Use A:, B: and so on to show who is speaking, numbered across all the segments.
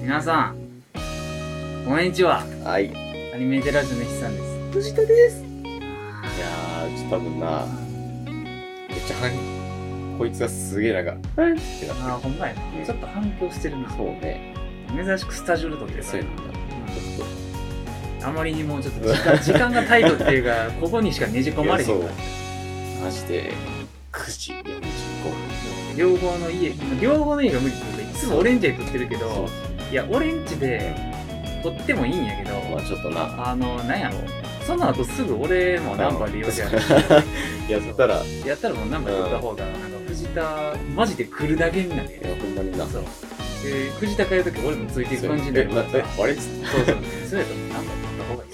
A: 皆さん、こんにちは。
B: はい。いや
A: アニメーテラジオの筆さんです。
B: 藤田です。ー、ちょっと多分な、めっちゃ反、こいつがすげえなんか、はいってなっ
A: あー、ほんまやな。ちょっと反響してるな。
B: そうね。
A: 珍しくスタジオで撮ってるか
B: そう
A: ら
B: いうのだ。ちょっ
A: うんあまりにもちょ っと時間時間がタイトっていうか、ここにしかねじ込まれへんか
B: いや
A: ら。
B: と、マジで、9時45分。
A: 両方の家、両方の家が無理ってことで、いつもオレンジで撮ってるけど、いや、オレンジで撮ってもいいんやけど、
B: まあちょっとな。
A: あの、なんやろ。その後すぐ俺もナンバー利用しやる。
B: やったら、い
A: やったらもうナンバー取った方が、なんか藤田、マジで来るだけになるやん
B: やほんまにな。
A: そう。で、藤田帰るとき俺もついていく感じになる
B: え
A: か
B: な
A: らさ
B: えあれっつって
A: そうそう。そうやとナンバー取った方がいい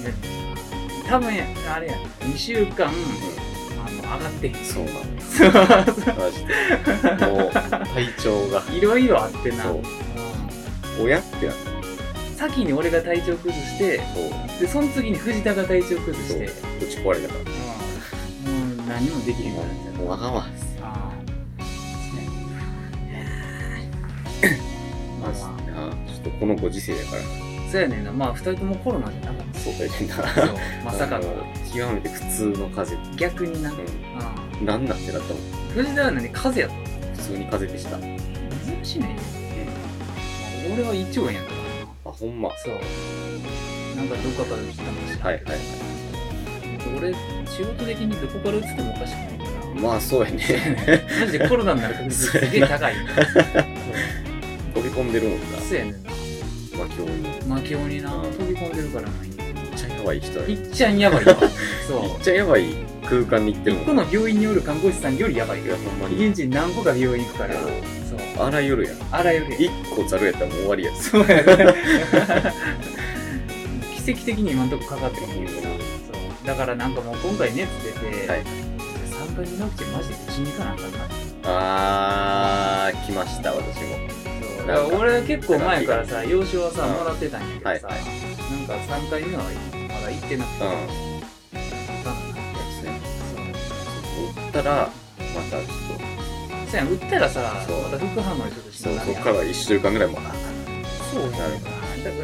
A: それね。多分や、あれや、2週間、あの、上がってへん。
B: そうなのよ。
A: そうそ
B: マジで。もう、体調が。
A: ういろいろあってな。。
B: そううん親ってやつ。
A: 先に俺が体調崩して、
B: そう。
A: で、その次に藤田が体調崩し
B: そう。
A: て、
B: ぶち壊れたから。
A: うんもう何もできへんからみたいな
B: もう、わがままです。
A: ああ。ま
B: マ
A: あ
B: ジ
A: ま
B: でな。ちょっとこのご時世だから。
A: あ、そうやねんな。まあ、二人ともコロナじゃなかっ
B: そうだよ
A: た。
B: な。
A: そう、まさか
B: あ
A: の。
B: 極めて普通の風邪。
A: 逆にな。あ
B: うん。なんなんてなったもん。
A: あ藤田は何風邪やっ
B: 普通に風邪でした。あ、
A: た珍しいね。まあ俺は胃腸炎やったからな。
B: ほんま。は
A: そう。なんかどこから来たのかし
B: い
A: らん
B: は
A: け
B: い
A: ど。
B: は
A: 俺、仕事的にどこから移ってもおかしくないから。
B: い。まあそうやね。
A: マジでコロナになる確率すげえ 高い。
B: 飛び込んでるもん
A: そ
B: な
A: う。そうやねんな。
B: まあ今日に。
A: 魔境にな、飛び込んでるからな。
B: めっちゃやばい人や。
A: い
B: めっ
A: っちゃんやばいわ。そう。
B: ちゃやばい空間に行ってる
A: 一個
B: もん。
A: の病院におる看護師さんよりやばい
B: い
A: よ
B: やほんまに。
A: 現地に何個か病院行くからそう
B: あらゆるやん。
A: あらゆる
B: 一個ざるやったらもう終わりやん。
A: そうやね奇跡的に今んとこかかってるもんそうだからなんかもう今回熱出て、
B: はい
A: 3回目のワクチンマジで打ちに行かなあかんな
B: あー、来ました、私も。
A: そうだから俺結構前からさ養子はさ
B: うん
A: もらってたんやけどさ、
B: はいはい
A: なんか3回目はまだ行ってなくて
B: うん。
A: 行かなあかん
B: そう打ったら、またちょっ
A: そうやん打ったらさ
B: そう
A: また副反応でちょっと
B: と、
A: し
B: そう、
A: んど
B: そ
A: い
B: っ
A: やん
B: から1週間ぐらいも、あ
A: そうやんかだ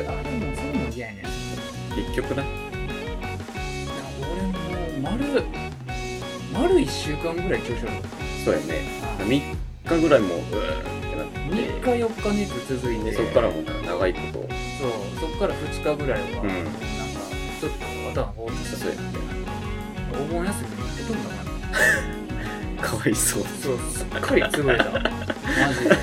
A: からあでもそういうの嫌やねん
B: 結局な。
A: 俺もう丸丸1週間ぐらい調子悪かっ
B: そうやね。
A: た
B: 3日ぐらいもう、うーってなって。
A: 3日4日熱続いて
B: でそっからもう長いこと
A: そうそっから2日ぐらいは、
B: うん
A: なんかちょっと頭放置した
B: そうやね
A: お盆休みにほとんどなかっ
B: かわいそう
A: たそうすっかり潰れたマジで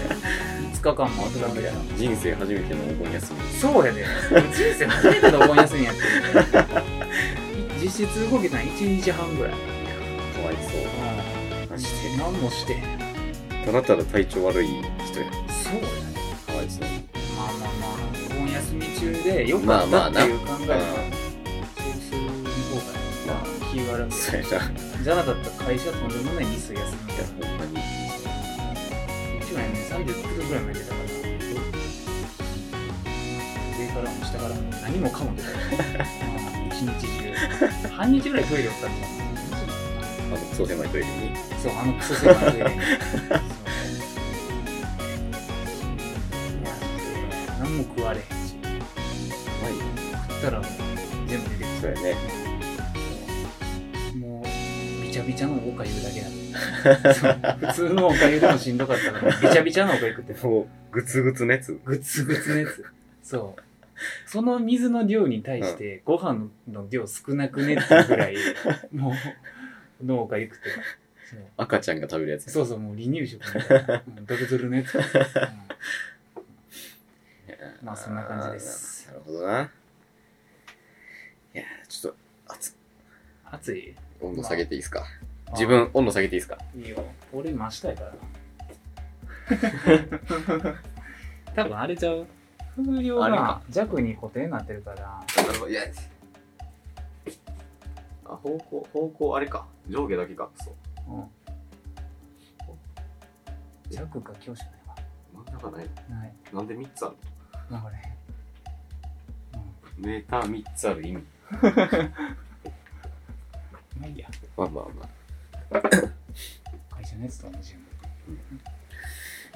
A: 5日間も後だけやな
B: 人生初めてのお盆休み
A: そうやで、人生初めてのお盆休みやって い実質動けたん1日半ぐらい、
B: かわいそうマジで
A: 何もしてへん
B: ただただ体調悪い人や
A: そうやね
B: かわいそう
A: まあまあまあ、お盆休み中でよかったっていう考え
B: まあ
A: は
B: まあな、
A: そうする方がいいな、気
B: ま
A: が楽
B: あそうやないや
A: じゃなかったら会社とんでもないミス休みみたいな。
B: ほんまに
A: 一枚ね、30分ぐらいまで出たから、上からも下からも何もかも出たから、まあ一日中、半日ぐらいトイレおったんじ
B: あのクソ狭いトイレに
A: ゃん。そう、あのクソ狭いトイレに。そういや何も食われへんし、
B: はい
A: 食ったらもう全部出てくる。
B: そうやね
A: もう、びちゃびちゃのおかゆだけなんで普通のおかゆでもしんどかったから、びちゃびちゃのおかゆ食って、
B: もうグツグツのやつ
A: ぐつぐつのやつ。そう。その水の量に対して、ご飯の量少なくねっていうぐ らい、もう、のおかゆ食ってた。そう
B: 赤ちゃんが食べるやつ
A: そうそう、もう離乳食みたいな。うんドルドルのや つ。うんまあそんな感じです
B: あーなるほどないやーちょっと熱っ
A: 暑い
B: 温度下げていいですか自分温度下げていいですか
A: いいよ。俺真下や からな。多分あれちゃう。風量
B: あれ
A: が
B: か
A: 弱に固定になってるから。
B: なるほどいやあ方向方向あれか上下だけかそう
A: うん。弱か強しか
B: 真ん中ない
A: ないわ。ない。
B: なんで3つある
A: なんかね。
B: メーター3つある意味
A: うん。まあいいや。
B: まあまあまあ
A: 会社のやつと同じや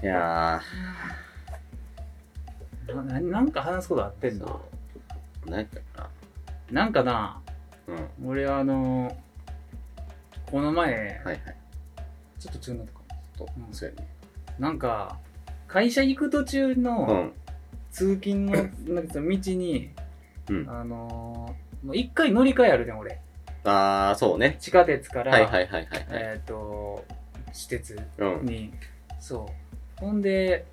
A: ん。
B: いや
A: なななんか話すことあってん
B: ー、
A: の
B: そう。何やったか
A: なんかな
B: な。うん。は
A: 俺あのこの前、
B: いはい。
A: ちょっと中になったか
B: と
A: う、ん
B: そうやね。
A: ななんか会社行く途中
B: う
A: の
B: ん。
A: 通勤のなんかその道に、
B: うん
A: あのーもう一回乗り換えあるね俺
B: あー、そうね。
A: 地下鉄から、
B: はいはいはいはいはい。
A: えっ、と私鉄
B: うん。
A: に、そうほんで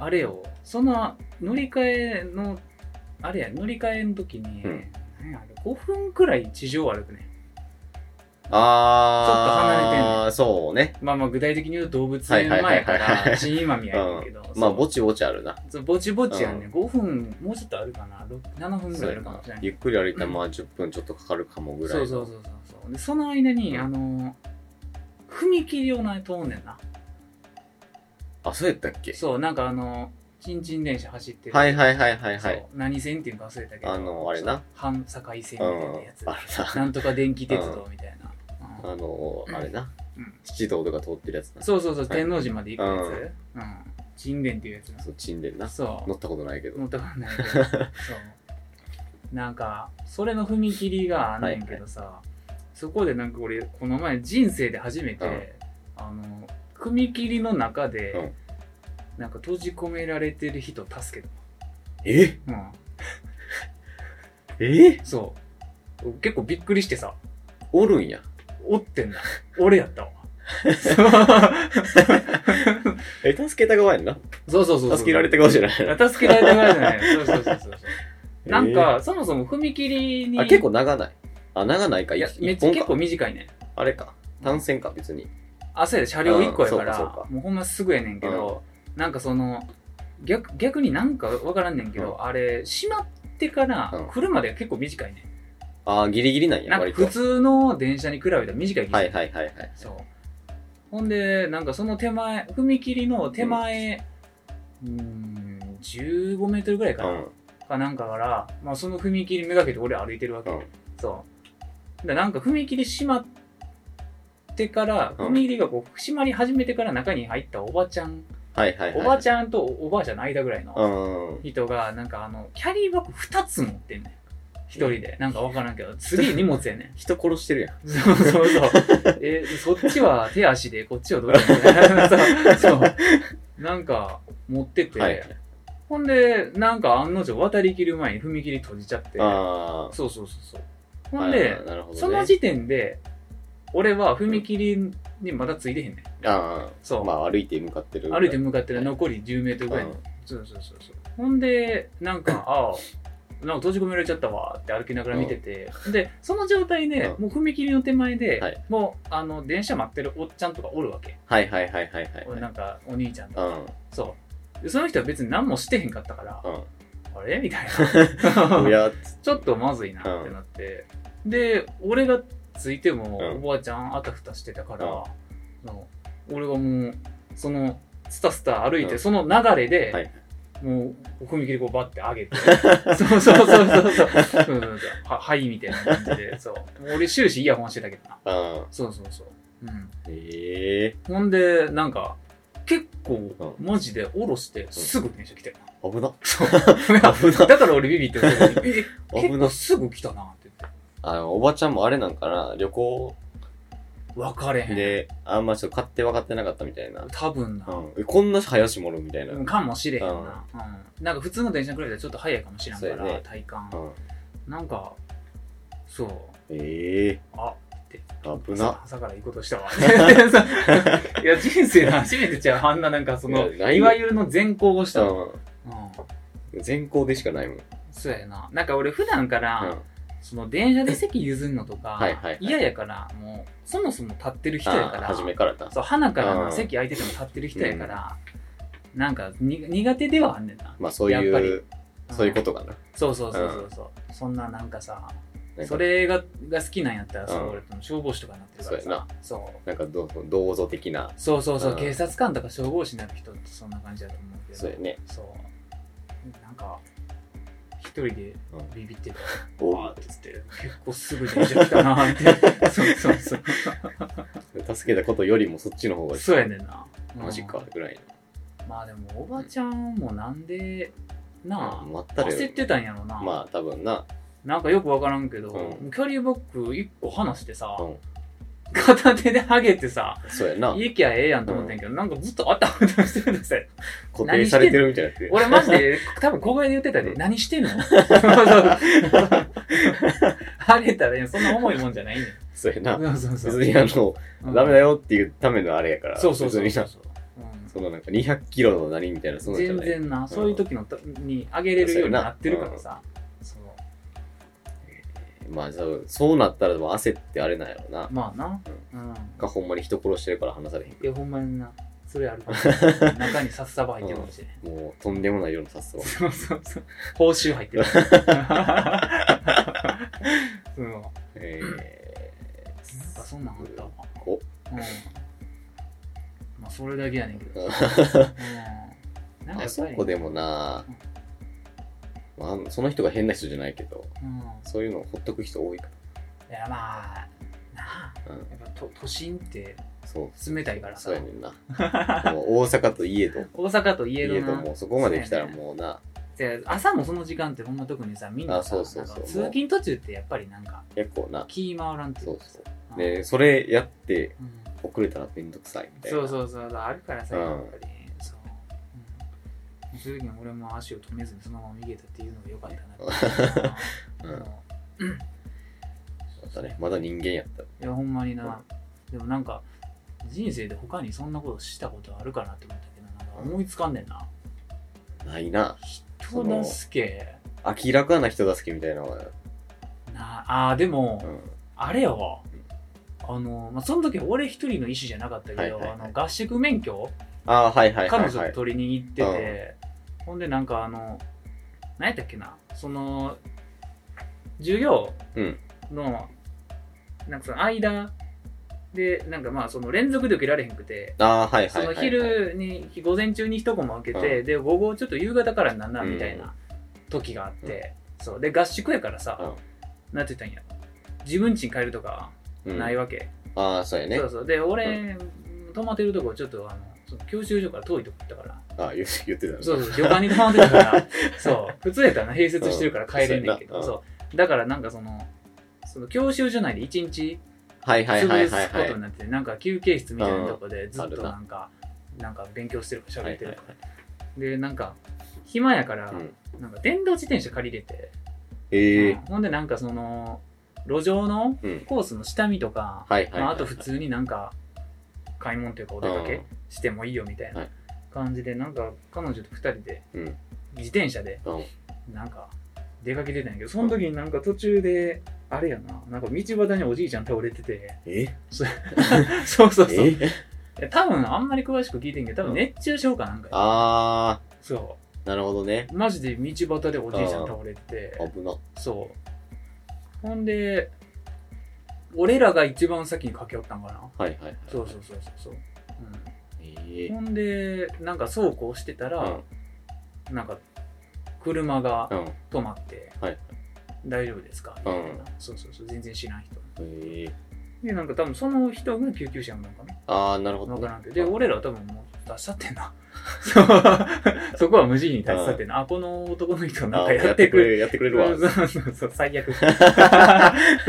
A: あれよその乗り換えのあれや乗り換えの時に、
B: うん
A: なんやあれ5分くらい地上を歩くね
B: あー、そうね。
A: まあまあ具体的に言うと動物園前
B: はい
A: か
B: はいはいは
A: ら
B: い
A: 新今宮やねんけど、
B: ま
A: そ
B: あ、
A: う
B: ぼちぼちあるな。
A: そうぼちぼちやね、5分もうちょっとあるかな6 7分ぐ
B: そ
A: らいうあ
B: や
A: るか
B: な
A: もしれない
B: ゆっくり歩いたら、まあ、10分ちょっとかかるかもぐらい
A: そう
B: の。
A: そうそうそうそうでその間に、
B: うん
A: あの踏切をないと思うねんな
B: あ、そうやったっけ
A: そうなんかあのチンチン電車走ってる
B: はいはいはいはいは
A: そ
B: い。
A: う何線っていうか忘れたけど
B: あのあれな。
A: 半境線みたいうなん
B: あ
A: やつ、
B: れな。
A: なんとか電気鉄道みたいな、うん
B: あの、あれな
A: うん。
B: 七道とか通ってるやつな。
A: そうそうそう
B: はい
A: 天王寺まで行くやつ、うん沈殿っていうやつな
B: そう、チンでるな。
A: そう
B: 乗ったことないけど
A: 乗。ったこと ないけどそうなんかそれの踏切があんねんけどさ、そこでなんか俺この前人生で初めて、
B: うん
A: あの踏切の中で、
B: うん
A: なんか閉じ込められてる人助け
B: え
A: た、うん、
B: え
A: そう結構びっくりしてさ
B: おるんや。
A: おってんな俺やったわそう
B: え、助けた側やんな。
A: そうそうそうそう
B: 助けられた側じゃないな。
A: あ助けられた側じゃないそうそうそうそう なんか、そもそも踏切
B: え
A: に
B: ー、あ、結構長ない。あ、長ないか。
A: いや
B: 一
A: めっ
B: 一
A: ちゃ
B: 本
A: 結構
B: か。
A: 短いね
B: あれか。単線か、別に。
A: 朝やで車両1個やから、
B: うんそうかそうか
A: もうほんますぐやねんけど、なんかその逆逆になんかわからんねんけど、
B: う
A: あれ閉まってから
B: うん
A: 来るまでが結構短いね、
B: あー、ギリギリなん
A: ん、
B: や、
A: なんか
B: 割
A: 普
B: と。
A: 通の電車に比べたら短い気が
B: は
A: す
B: い
A: る
B: はいはいはい。
A: そうほんでなんかその手前踏切の手前うーん1 5メートルぐらいか
B: う
A: な、
B: ん。
A: かなんかから、まあ、その踏切めがけて俺歩いてるわけ、
B: うん
A: そうでなんか踏切閉まってから
B: うん
A: 踏切がこう閉まり始めてから中に入ったおばちゃん、
B: はいはいはい。
A: おばちゃんとおばあちゃんの間ぐらいの
B: うん。
A: 人がなんかあのキャリーバッグ2つ持ってんねん一人でなんか分からん けどすげえ荷物やねん
B: 人殺してるやん。
A: そうそうそうえそっちは手足でこっちはどうやって そうそうなんか持ってて、
B: はい。
A: ほんで、なんか案の定渡りきる前に踏切閉じちゃって。
B: あー
A: そうそうそうそう。
B: あー。
A: ほんで、
B: なるほどね
A: その時点で、俺は踏切にまだついてへんねん。
B: あ
A: そ
B: あ。
A: う。
B: まあ、歩いて向かってる。
A: 歩いて向かって
B: は
A: る
B: い
A: 残り10メートルぐらいの。
B: うん
A: そうそうそうそう。ほんで、なん か、ああ、なんか閉じ込められちゃったわって歩きながら見てて、で、その状態で、
B: う
A: もう踏切の手前で、
B: はい
A: もう、あの、電車待ってるおっちゃんとかおるわけ。
B: はいはいはいはいはい。
A: 俺なんか、お兄ちゃんと
B: う
A: か。
B: ん。
A: そう。で、その人は別に何もしてへんかったから、あれみたい
B: うん。
A: な
B: お。やっ
A: ちょっとまずいなってなって、で俺がついても、
B: うん
A: おばあちゃんあたふたしてたから、
B: うん
A: その俺がもうそのスタスタ歩いて、
B: うん
A: その流れで、
B: はい
A: もう踏切こうバッて上げて そうそうそうそうそうそうそうそうははいみたいな感じでそう俺終始イヤホンしてたけどな
B: うん。
A: そうそうそう、うん、
B: ええ
A: ほんでなんか結構、
B: う
A: マジで下ろしてすぐ電車来てるな、
B: ー。危な。
A: そう
B: 危な
A: だから俺ビビって る時にえ
B: 危
A: 結
B: な
A: 構。すぐ来たなって言って
B: あの、おばちゃんもあれなんかな、旅行
A: 分かれへん
B: で、あんまちょっと買って分かってなかったみたいな。
A: 多分な、
B: うん。えこんな早しもろみたいな。うん。
A: かもしれへんな、うんなんか普通の電車に比べたらちょっと早いかもしれんから、
B: そうやね
A: 体感、なんかそう
B: ええ
A: あ
B: 危な。
A: 朝からいいこと したわ いや人生で初めてちゃうあんななんかその
B: いやない
A: いわゆるの善行をしたの、
B: う
A: うん
B: ん。全校でしかないもん。うん。
A: そうやななんか俺普段から、その電車で席譲るのとか
B: はいはいはい
A: 嫌やからもうそもそも立ってる人やか
B: あ
A: ら
B: 初めからだ。
A: そう花から
B: う
A: の
B: ん
A: 席空いてても立ってる人やから、なんかに苦手ではあんねんな、
B: まあそう
A: やっぱ
B: い
A: り
B: う、そういうことかな。
A: そうそうそうそうそう、そんななんかさ
B: なんか
A: そ。れがが好きなんやったら、そう
B: うん
A: 俺と消防士とかになってるから
B: そうや
A: さそう
B: なんかどうどうぞ的な。
A: そうそうそう
B: うん
A: 警察官とか消防士になる人ってそんな感じだと思うけど
B: そうやね。
A: そうなんか一人で
B: うん
A: ビビってた、
B: お
A: わーって言って結構すぐ電車来たな ーってそうそうそう
B: 助けたことよりもそっちの方が、
A: そうやねんな
B: マジか
A: うん、
B: ぐらい
A: まあでもおばちゃんもなんでな
B: まっ
A: あ
B: た
A: 焦っ
B: り
A: てたんやろな、
B: まあ多分な
A: なんかよくわからんけど、
B: う
A: キャリーバッグ1個離してさ、
B: うん
A: 片手でハゲてさ
B: そうやな
A: 行きゃええやんと思ってんけど、なんかずっとあったあったしてるんですよ
B: 固定されてるみたいになって る
A: 俺マジで多分小声で言ってたで、
B: うん
A: 何 してんのハゲたらいいのそんな重いもんじゃないねん
B: そうやな
A: そうそうそう
B: 別にあの、
A: うん
B: ダメだよっていうためのあれやから
A: そうそうそう
B: 別に
A: そう
B: なそのなんか200キロの何みたいなそ
A: うんん
B: なんじゃ
A: 全
B: な
A: 然な、
B: い
A: そういう時のたにあげれるようになってるからさ、そう
B: まあ多分そうなったらでも焦ってあれなんやろな
A: まあな、うん、
B: かほんまに人殺してるから話されへん
A: いやほんまになそれあるかもしれ ない中に札束入ってるかもしれない、
B: もうとんでもない色のさすが
A: そうそうそう。報酬入って る。そう。なんか
B: え
A: そんなんあったわ。
B: お
A: うん。まあ、それだけやねんけど。
B: ー
A: うん。なんかやっ
B: あ
A: ぱ
B: そ
A: りね
B: こでもな、まあ、その人が変な人じゃないけど
A: うん。
B: そういうのをほっとく人多いか
A: いや、まあ、なあ、
B: ら、うん、
A: やっぱ都都心って
B: そう
A: 冷たいからさ
B: そう。やねんな もう大阪といえど
A: 大阪といえ
B: 家
A: ど
B: と
A: な
B: もうそこまで来たらもうな
A: で朝もその時間ってほんま特にさみんなさ
B: あそうそうそう
A: なんか通勤途中ってやっぱりなんか
B: 結構な
A: 気回らんってい
B: そうう
A: かさ
B: そうでそれやって
A: うん
B: 遅れたらめんどくさいみたいな
A: そうそうそうそうあるからさ、
B: うん
A: やっぱりそう、うん、そういう時に俺も足を止めずにそのまま逃げたっていうのが良かったなってう
B: う
A: んん
B: またねまだ人間やった
A: いやほんまにな、でもなんか人生で他にそんなことしたことあるかなって思ったけどなんか思いつかんねんな、
B: ないな
A: 人助け
B: 明らかな人助けみたいなのは、
A: なあーでも、
B: う
A: あれよあの、まあ、その時俺一人の意思じゃなかったけど、
B: はいはいはい
A: あの合宿免許
B: ん、ああはいはいはい、
A: 彼
B: は
A: 女
B: い
A: と、取りに行ってて、ほんでなんかあの何やったっけなその授業
B: うん
A: の、なんかその間でなんかまあその連続で受けられへんくて、
B: ああはいはいはい、は
A: そ
B: い、
A: の昼に午前中に一コマ受けて、で午後ちょっと夕方からなんなみたいな時があって、そうで合宿やからさ、なんて言ったんや自分家に帰るとか
B: うん
A: ないわけ、
B: ああそうやね
A: そうそうで俺、泊まってるとこちょっとあのその教習所から遠いとこ行ったから
B: ああ言う言ってたね
A: そうそう、旅館に泊まってた から、そう、普通やったらな併設してるから帰れんねんけ
B: う
A: ど、
B: ん
A: そう。だからなんかその、その教習所内で一日
B: はいはいはい
A: 潰
B: はい
A: すこ
B: はい
A: とになってて、なんか休憩室みたいなとこでずっ
B: あ
A: と
B: るな
A: なんか、なんか勉強してるか
B: は
A: 喋っ
B: い
A: て
B: は
A: る
B: い
A: か。で、なんか、暇やから
B: う、ん
A: なんか電動自転車借りれて、
B: え
A: うん
B: え
A: ほんでなんかその、路上の
B: うん
A: コースの下見とか、
B: はいはいはい
A: まああと普通になんか、買い物というかお出かけしてもいいよみたい
B: は
A: ない感じで、なんか彼女と二人で
B: うんうん
A: 自転車で
B: うん
A: なんか出かけてたんやけどその時になんか途中であれやななんか道端におじいちゃん倒れて て
B: え
A: そうそうそうい
B: え
A: や多分あんまり詳しく聞いてんけど多分熱中症かなんかや
B: あ
A: そ
B: あなるほどね
A: うマジで道端でおじいちゃん倒れてて
B: 危な
A: そうほんで俺らが一番先に駆け寄ったんかな
B: はいはいはい
A: そうそうそうそうそう、
B: え
A: うん、ほんでなんかそうこうしてた
B: え
A: ら、なんか車が
B: うんうん
A: 止まって、
B: はい
A: 大丈夫ですかみたいな、
B: うん
A: そうそうそう全然知らん人
B: ええ
A: でなんか多分その人が救急車なのかな
B: ああなるほど
A: 分
B: ね
A: からんけどで俺らは多分もう出しちゃってんなそうそこは無事に立ち去ってんなあこの男の人なん
B: あ
A: か
B: ー
A: やってくれる
B: やってくれるわ
A: そうそうそうそう最 悪そ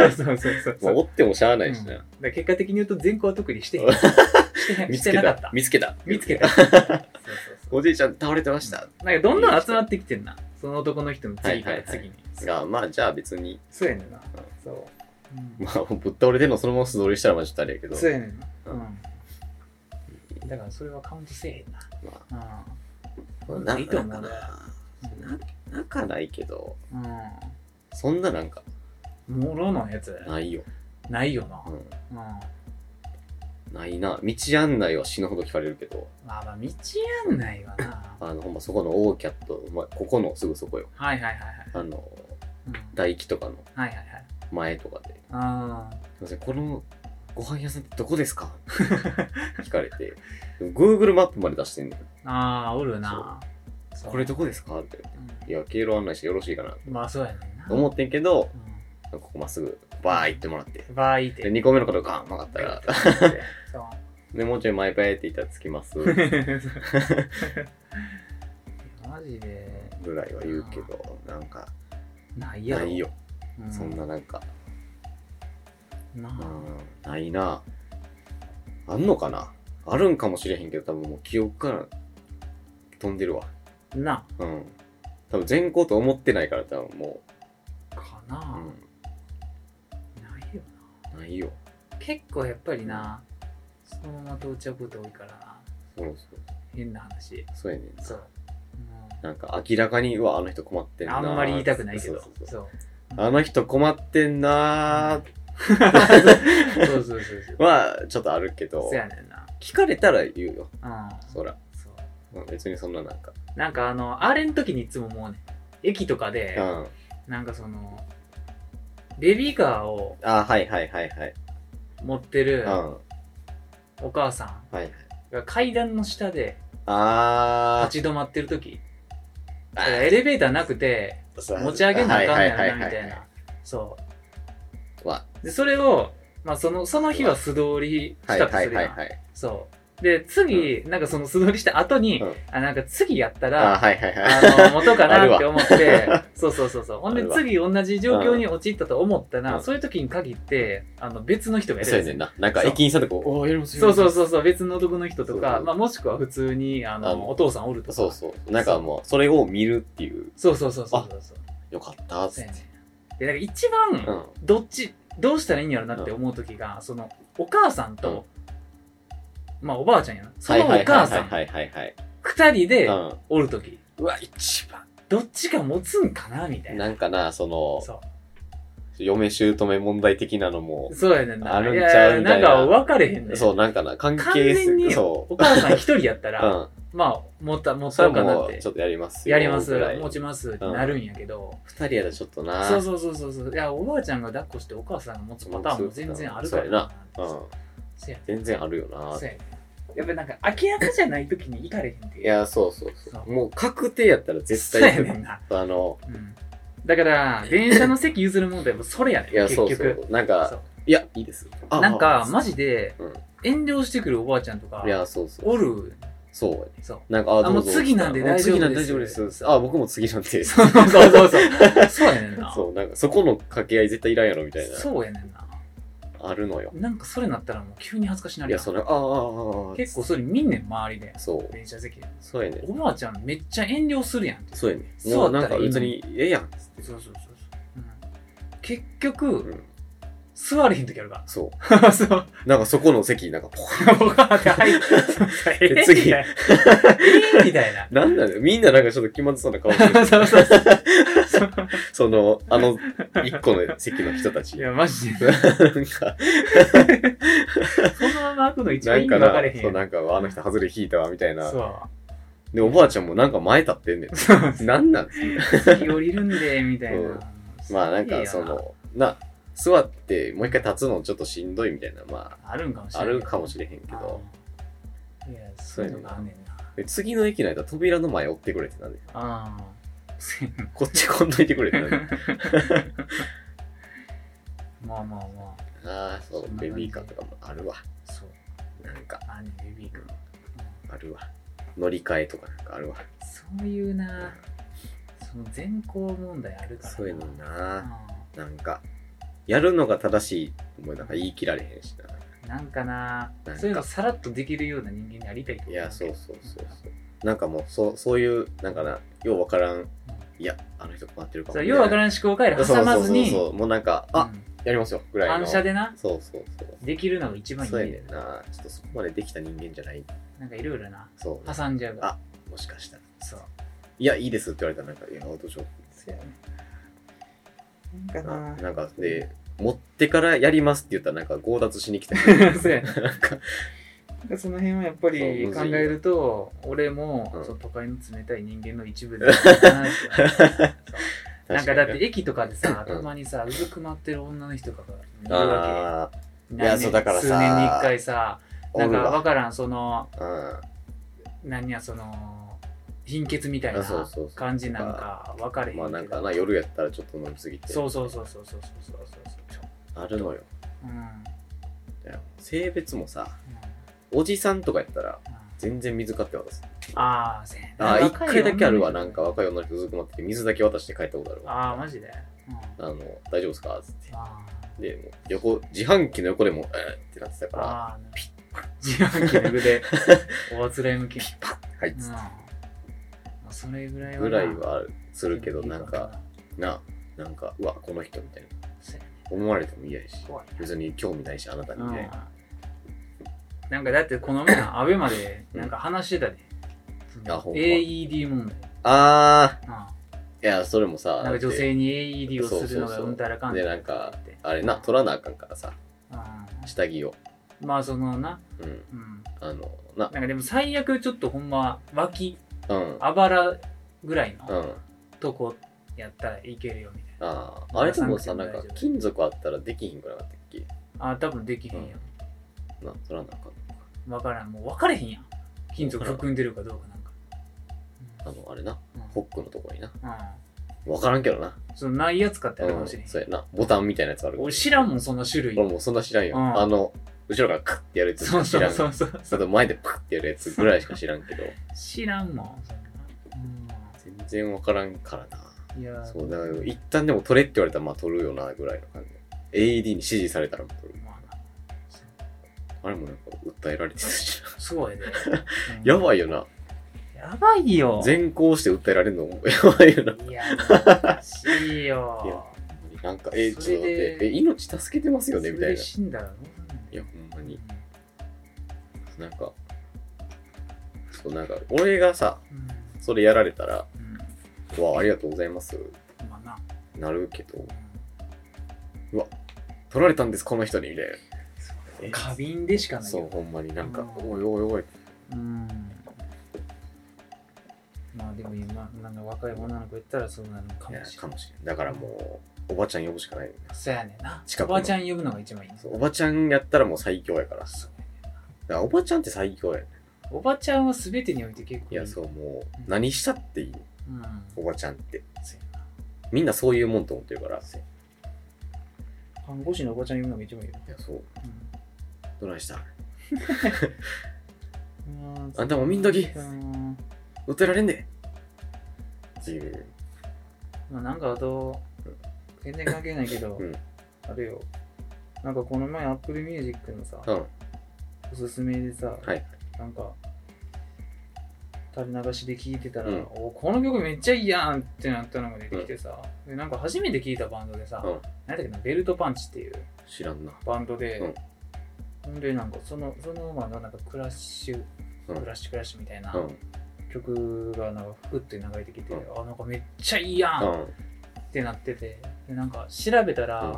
A: うそうそうそう
B: まあ、おってもしゃあないし
A: うん
B: な、
A: で結果的に言うと全校は特にして へんしてへん
B: 見つ
A: して
B: け
A: なかったた
B: 見つけた
A: 見つけたそうそうそう
B: おじいちゃん倒れてました、
A: なんかどんどん集まってきてんなその男の人の次から次に、
B: がまあじゃあ別に
A: そうやねんな、そう、
B: まあぶっ倒れてんのそのまま素通りしたらまあちょっとあれやけど
A: そうやねんな、
B: う
A: うん、だからそれはカウントせえへんな
B: ま
A: う
B: あ
A: ん
B: な
A: ない
B: ん
A: と
B: か
A: 思
B: な
A: うな
B: ななんかないけど
A: う
B: そんななんか
A: んもろのやつ
B: ないよ、
A: ないよな
B: う、ん、
A: うん、ま
B: ないな道案内は死ぬほど聞かれるけど
A: あまあ道案内はな
B: あのほんまそこのオーキャット、まあ、ここのすぐそこよ
A: はいはいはいはい、
B: あの
A: うん、
B: 大駅とかの
A: はいはいはい
B: 前とかで
A: あ
B: 「すいませんこのご飯屋さんってどこで すか? 」聞かれて Google マップまで出してんの
A: ーあーおるなそう
B: これどこですかって
A: う
B: いや経路案内してよろしいかなん
A: まあそうやねんな
B: と思ってんけど
A: う
B: ここまっすぐバー行ってもらって
A: んバーイっ
B: で
A: て
B: 2個目の角ガン曲がったら
A: そう
B: でもうちょい前ばえって言ったらつきます ぐ
A: マジで
B: らいは言うけどなんか
A: ないやろ
B: ないよ
A: う
B: そんななんか、
A: な
B: う
A: あ
B: ん、ないなあんのかなあるんかもしれへんけど多分もう記憶から飛んでるわ
A: な
B: うん多分全校と思ってないから多分も
A: あかな
B: う、
A: あ、
B: う
A: ないよ
B: ん、ないよ
A: な結構やっぱりなそのまま到着こと多いからな
B: そうそう
A: 変な話
B: そうやねんな
A: そう、
B: なんか明らかにうわあの人困って
A: うんん、
B: な
A: あんまり言いたくないけど
B: そ
A: そうう
B: そうそ
A: そ
B: う
A: う
B: あの人困ってんなー
A: そうそうそう そう
B: はちょっとあるけど
A: そうやねんな
B: 聞かれたら言うよ
A: うん
B: そら、
A: そう
B: うん、別にそんななんか
A: なんかあのあれの時にいつももうね駅とかで、
B: うん
A: なんかそのベビーカーを
B: あはいはいはいはい
A: 持ってる
B: うんはい
A: お母さ
B: はい
A: んが階段の下で
B: あー
A: 立ち止まってる時
B: あ
A: だからエレベーターなくて持ち上げなあかんねやろなみたいなそ
B: わ
A: うでそれを、まあ、そのその日は素通り
B: は
A: し
B: い
A: たと
B: は
A: す
B: い
A: る
B: はい
A: やん
B: はい
A: そうで次、なんかその素通りした後に、
B: うん
A: あなんか次やった
B: あ
A: ら
B: はいはい
A: あ
B: はい
A: の、元 かなって思って、そうそうそうそう。ほん
B: あ
A: で
B: るわ
A: 次同じ状況に陥ったと思ったら、
B: うん
A: そういう時に限って、あの、別の人がや
B: そう
A: る
B: や
A: んで
B: ね
A: す
B: ん
A: よ。
B: ななんか駅員さんとこおおやります
A: そうそう
B: そ
A: そうそう、別の男の人と
B: そう
A: か
B: そ、う
A: まあもしくは普通に、あ
B: あの
A: の、お父さんおると
B: う
A: か。
B: そうそうなんかもうそれを見るっていう
A: そうそうそうそうそうそう。
B: よかったっ
A: そ
B: つ
A: う
B: っ
A: やね
B: て
A: んで、なんか一
B: う
A: 番、
B: ん
A: どっち、どうしたらいいんやろなって思う時が、その、お母さんと、まあおばあちゃんやな。そのお母さん、
B: はいはいはい
A: 二人
B: はい
A: で
B: はいうん
A: おる時、
B: うわ一番
A: どっちが持つんかなみたいな。
B: なんかなその
A: そう。
B: 嫁姑問題的なのも
A: そうやねんな。
B: あるんちゃうみたいな
A: やなんか分かれへんねん。
B: そうなんかな関
A: 完
B: 係
A: 全に、
B: そ
A: お母さん一人やった
B: うう
A: ら、
B: ん
A: まあ、持った、持っ
B: それ
A: た
B: は
A: かな
B: も
A: っ
B: う
A: て
B: ちょ。っとやりますよ
A: やります
B: ぐらい、
A: 持ちますってなるんやけど、
B: 二人やったらちょっとな
A: そうそうそうそうそう。いや、おばあちゃんが抱っこしてお母さんが持つパターンも全然あるから
B: う、ん、
A: そうや
B: 全然あるよな
A: そうやねんやっぱなんか明らかじゃない時に行かれへんって
B: いやそうそうそう
A: そう
B: もう確定やったら絶
A: そう
B: 対
A: や
B: 行く
A: ねんな、
B: あの
A: うん、だから電車の席譲る問題もそれやねん
B: いや
A: 結
B: そ
A: 局
B: うそうなんか
A: そう
B: いやいいですあ
A: なんか
B: あ
A: マジで
B: うん
A: 遠慮してくるおばあちゃんとか
B: いやそうそう
A: おる
B: そうやね
A: そう
B: なんかあどうぞ
A: もう次なんで大丈夫です
B: もう次なんで大丈夫ですあ僕も次なんで
A: そうそう そうそう。そうやねんな。
B: そうなんかそこの掛け合い絶対いらんやろみたいな
A: そうやねんな。
B: あるのよ
A: なんかそれなったらもう急に恥ずかしないるや
B: や
A: ん。
B: そのああああ
A: 結構それ見んねん、周りで。
B: そう
A: 電車席で。
B: そうやね
A: おばあちゃんめっちゃ遠慮するやん。
B: そうやねも
A: そうう
B: な
A: だった
B: んから
A: いいのに
B: 別にええやんっつって
A: そうそうそうそう。うん結局、
B: うん
A: 座れへん時あるか
B: そ
A: ら。そう。
B: うなんかそこの席なんかポカ
A: おばあちゃん入ってそうそうええ
B: 次
A: みたいな。ええみたいな。
B: なんだよみんななんかちょっと気まずそうな 顔してる
A: そうそうそうそう。
B: そのあの一個の席の人たち
A: いや、マジで。
B: なんか、
A: そのまま開くの一
B: な
A: 番い
B: ん
A: いの
B: か
A: 分かれへ
B: な、
A: ん
B: そ
A: や
B: う、
A: ん。
B: なんか、あの人外れ引いたわ、みたいな。
A: そ
B: で、おばあちゃんもなんか前立ってんね ん。なんなん
A: う。次降りるんで、みたい
B: うん
A: な。
B: まあなん
A: いい
B: か、
A: や
B: その、な、座ってもう一回立つのちょっとしんどいみたいな、ま
A: あるんかもし
B: あ、
A: れ
B: あ
A: ない。
B: るかもしれへんけど。
A: あーいや、そういうのがあんねんな。
B: で次の駅の間、扉の前追ってくれってなんで。
A: ああ。そうやな
B: こっち来んといてくれってなんで。
A: まあまあま
B: ああ、そう
A: そん、な感
B: ベ
A: じ
B: ビーカーとかもあるわ。
A: あ、そう。
B: なんか、
A: あーね、ベビー君。
B: あるわ。乗り換えとかなんかあるわ。
A: そういうな、その全校問題あるからな。
B: そういうのな、
A: あ
B: なんか、やるのが正しいともなんか言い切られへんしな。
A: ーなんかな
B: なんか
A: そういうのさらっとできるような人間になりたいと思
B: いや、そうそうそうそう。なんかもう、そう、そういう、なんかな、ようわからん、いや、あの人困ってるかも
A: そうようわからん思考回路挟まずに、
B: そうそうそうそう、もうなんか、あ、
A: うん
B: やりますよ、ぐらいの。
A: 反射でな、
B: そうそうそう。
A: できるのが一番いい
B: そ
A: ん
B: う
A: だ
B: や
A: よ
B: ねんな。ちょっとそこまでできた人間じゃない。
A: なんかいろいろな、
B: そう。
A: 挟んじゃうから。
B: あもしかしたら。
A: そう。
B: いや、いいですって言われたら、なんか、いや、どうしよ
A: そうやね。な
B: う。なんなんか、で、持ってからやりますって言ったら、なんか、強奪しに来た。
A: な。 そうやね。
B: なんか、
A: でその辺はやっぱり考えると俺も、
B: うん
A: そう都会の冷たい人間の一 部だなって
B: な
A: なんかだって、駅とかでさ
B: うん
A: たまにさうずくまってる女の人とかがいるわ
B: ああ、
A: け
B: いやそうだからさ
A: 数年に一回さ
B: お
A: なん
B: る
A: か分
B: わ。
A: からんその
B: うん。
A: 何やその貧血みたいな
B: あそうそうそう
A: 感じなんか分かれへんけ
B: ま
A: ど、
B: あ、なんかな、夜やったらちょっと飲みすぎて。
A: そうそうそうそうそうそうそうそう
B: あるのよ。
A: うんうん
B: 性別もさおじさんとかやったら、全然水買って渡す。
A: ああ、せやな
B: あー、一
A: 若い
B: 回だけあるわ。
A: 女
B: な
A: の
B: ん
A: 人
B: か若い女の人ずっと待ってて、水だけ渡して帰ったことあるわ。
A: ああ、マジで。うん
B: あの、大丈夫ですかつって。
A: あ
B: で、もう横、自販機の横でも、えーってなってた
A: ー
B: から、
A: あー、ピッ。自販機の上 で、おあつらい向き。
B: はいっ
A: うん
B: つっ
A: まあ。それぐらい
B: て。
A: はな。
B: ぐらいはするけど、
A: いい
B: なんか、、な、なんか、うわ、この人みたいな。
A: そうやね
B: 思われても嫌やし、
A: 怖いな
B: 別に興味ないし、あなたにね。
A: うんなんかだってこの 前、アベマでなんか話してたで。
B: あほんま
A: AED 問題。
B: あ
A: う
B: ー、いや、それもさ、
A: んなんか女性に AED をするのが
B: そうそうそう
A: うんたらかんた
B: で
A: ら
B: な
A: っ
B: ん
A: て
B: か
A: 言って
B: あれな取らなあかんからさ下着を
A: うんまあそのな、
B: うん
A: うん。
B: あのな
A: なんかでも最悪ちょっとほんま脇、
B: うん
A: あばらぐらいうの
B: ん
A: とこやったらいけるよみたい
B: あーあれでもさ
A: な
B: なんん
A: か
B: か
A: 大丈夫
B: 金属あったらできひんくなかったっけ
A: な。あ、多分できへんよ。
B: な取らなあかん
A: わからん。もう分かれへんやん。金属含んでるかどうかなんか。
B: あのあれな
A: うん
B: ホックのとこにな
A: う。
B: 分からんけどなん
A: そのないやつかってあるか
B: う
A: も
B: ん
A: しれへん。
B: そうやなボタンみたいなやつある
A: 俺知らんもん、そんな種類。
B: 俺もうそんな知らんよ
A: うん
B: あの後ろからクッてやるやつ
A: そう
B: 知
A: そ
B: ら
A: うんそ
B: あ
A: うそう。
B: と前でパッてやるやつぐらいしか知らんけど
A: 知らんもん、そんな。
B: 全然分からんからな
A: うん、いやー
B: そうだから一旦でも取れって言われたらまあ取るよなぐらいの感じ AED に指示されたらもう取る
A: まあな
B: あれもなんか訴えられてたしな
A: そうやで。うん
B: やばいよな
A: やばいよ。
B: 全校して訴えられるのもやばいよない
A: や、難しい
B: い
A: よ。
B: なんかえちょっ
A: そ
B: と
A: れ
B: 待ってえ
A: で
B: 命助けてます
A: そ
B: よ
A: れ
B: ねみたい
A: で
B: な
A: 死んだらど
B: いや
A: う
B: ほんま
A: なる
B: になんかそうなんか俺がさ
A: うん。
B: それやられたら
A: う
B: 「わあありがとうございます
A: ん。まあな。」
B: なるけど
A: うん
B: 取られたんですこの人にみたいなえ
A: 花瓶でしかない
B: そう
A: よ。
B: ほんまになんか「
A: うん
B: おいおいおい
A: うん。まあでも今、なんか若い女の子言ったらそうなの」か
B: い
A: も
B: や
A: しれ
B: か
A: ない。
B: もしれんだからもうおばちゃん呼ぶしかないよね
A: そうやねんな。
B: 近く
A: お
B: の
A: ばちゃん呼ぶのが一番いいね。
B: そうおばちゃんやったらもう最強やからだか
A: そうやね
B: らおばちゃんって最強やね
A: おばちゃんは全てにおいて結構
B: いやそうもう
A: うん
B: 何したってい
A: う
B: い
A: ん。
B: おばちゃんって
A: そうやな
B: みんなそういうもんと思ってるからい
A: 看護師のおばちゃん呼ぶのが一番いいよ。
B: やそうどないした
A: うん
B: あんたも見んとき
A: うん
B: 訴えられんでっていう
A: まあ、なんかあと
B: うん、
A: 全然関係ないけど、
B: うん
A: あれよ。なんかこの前、Apple Music のさ、
B: うん
A: おすすめでさ、
B: はい
A: なんか、垂れ流しで聴いてたら、
B: うん
A: おこの曲めっちゃいいやんってなったのが出てきてさ、でなんか初めて聴いたバンドでさ、
B: うん
A: なんだっけな、ベルトパンチっていう
B: 知らんな
A: バンドで、
B: う
A: ほ
B: ん
A: んでなんかそのそのままなんかクラッシュ、
B: うん
A: クラッシュクラッシュみたいな
B: うん
A: 曲がなんかふって流れてきて、
B: う
A: あなんかめっちゃいいやんっ
B: うん
A: てなっててでなんか調べたら、
B: うん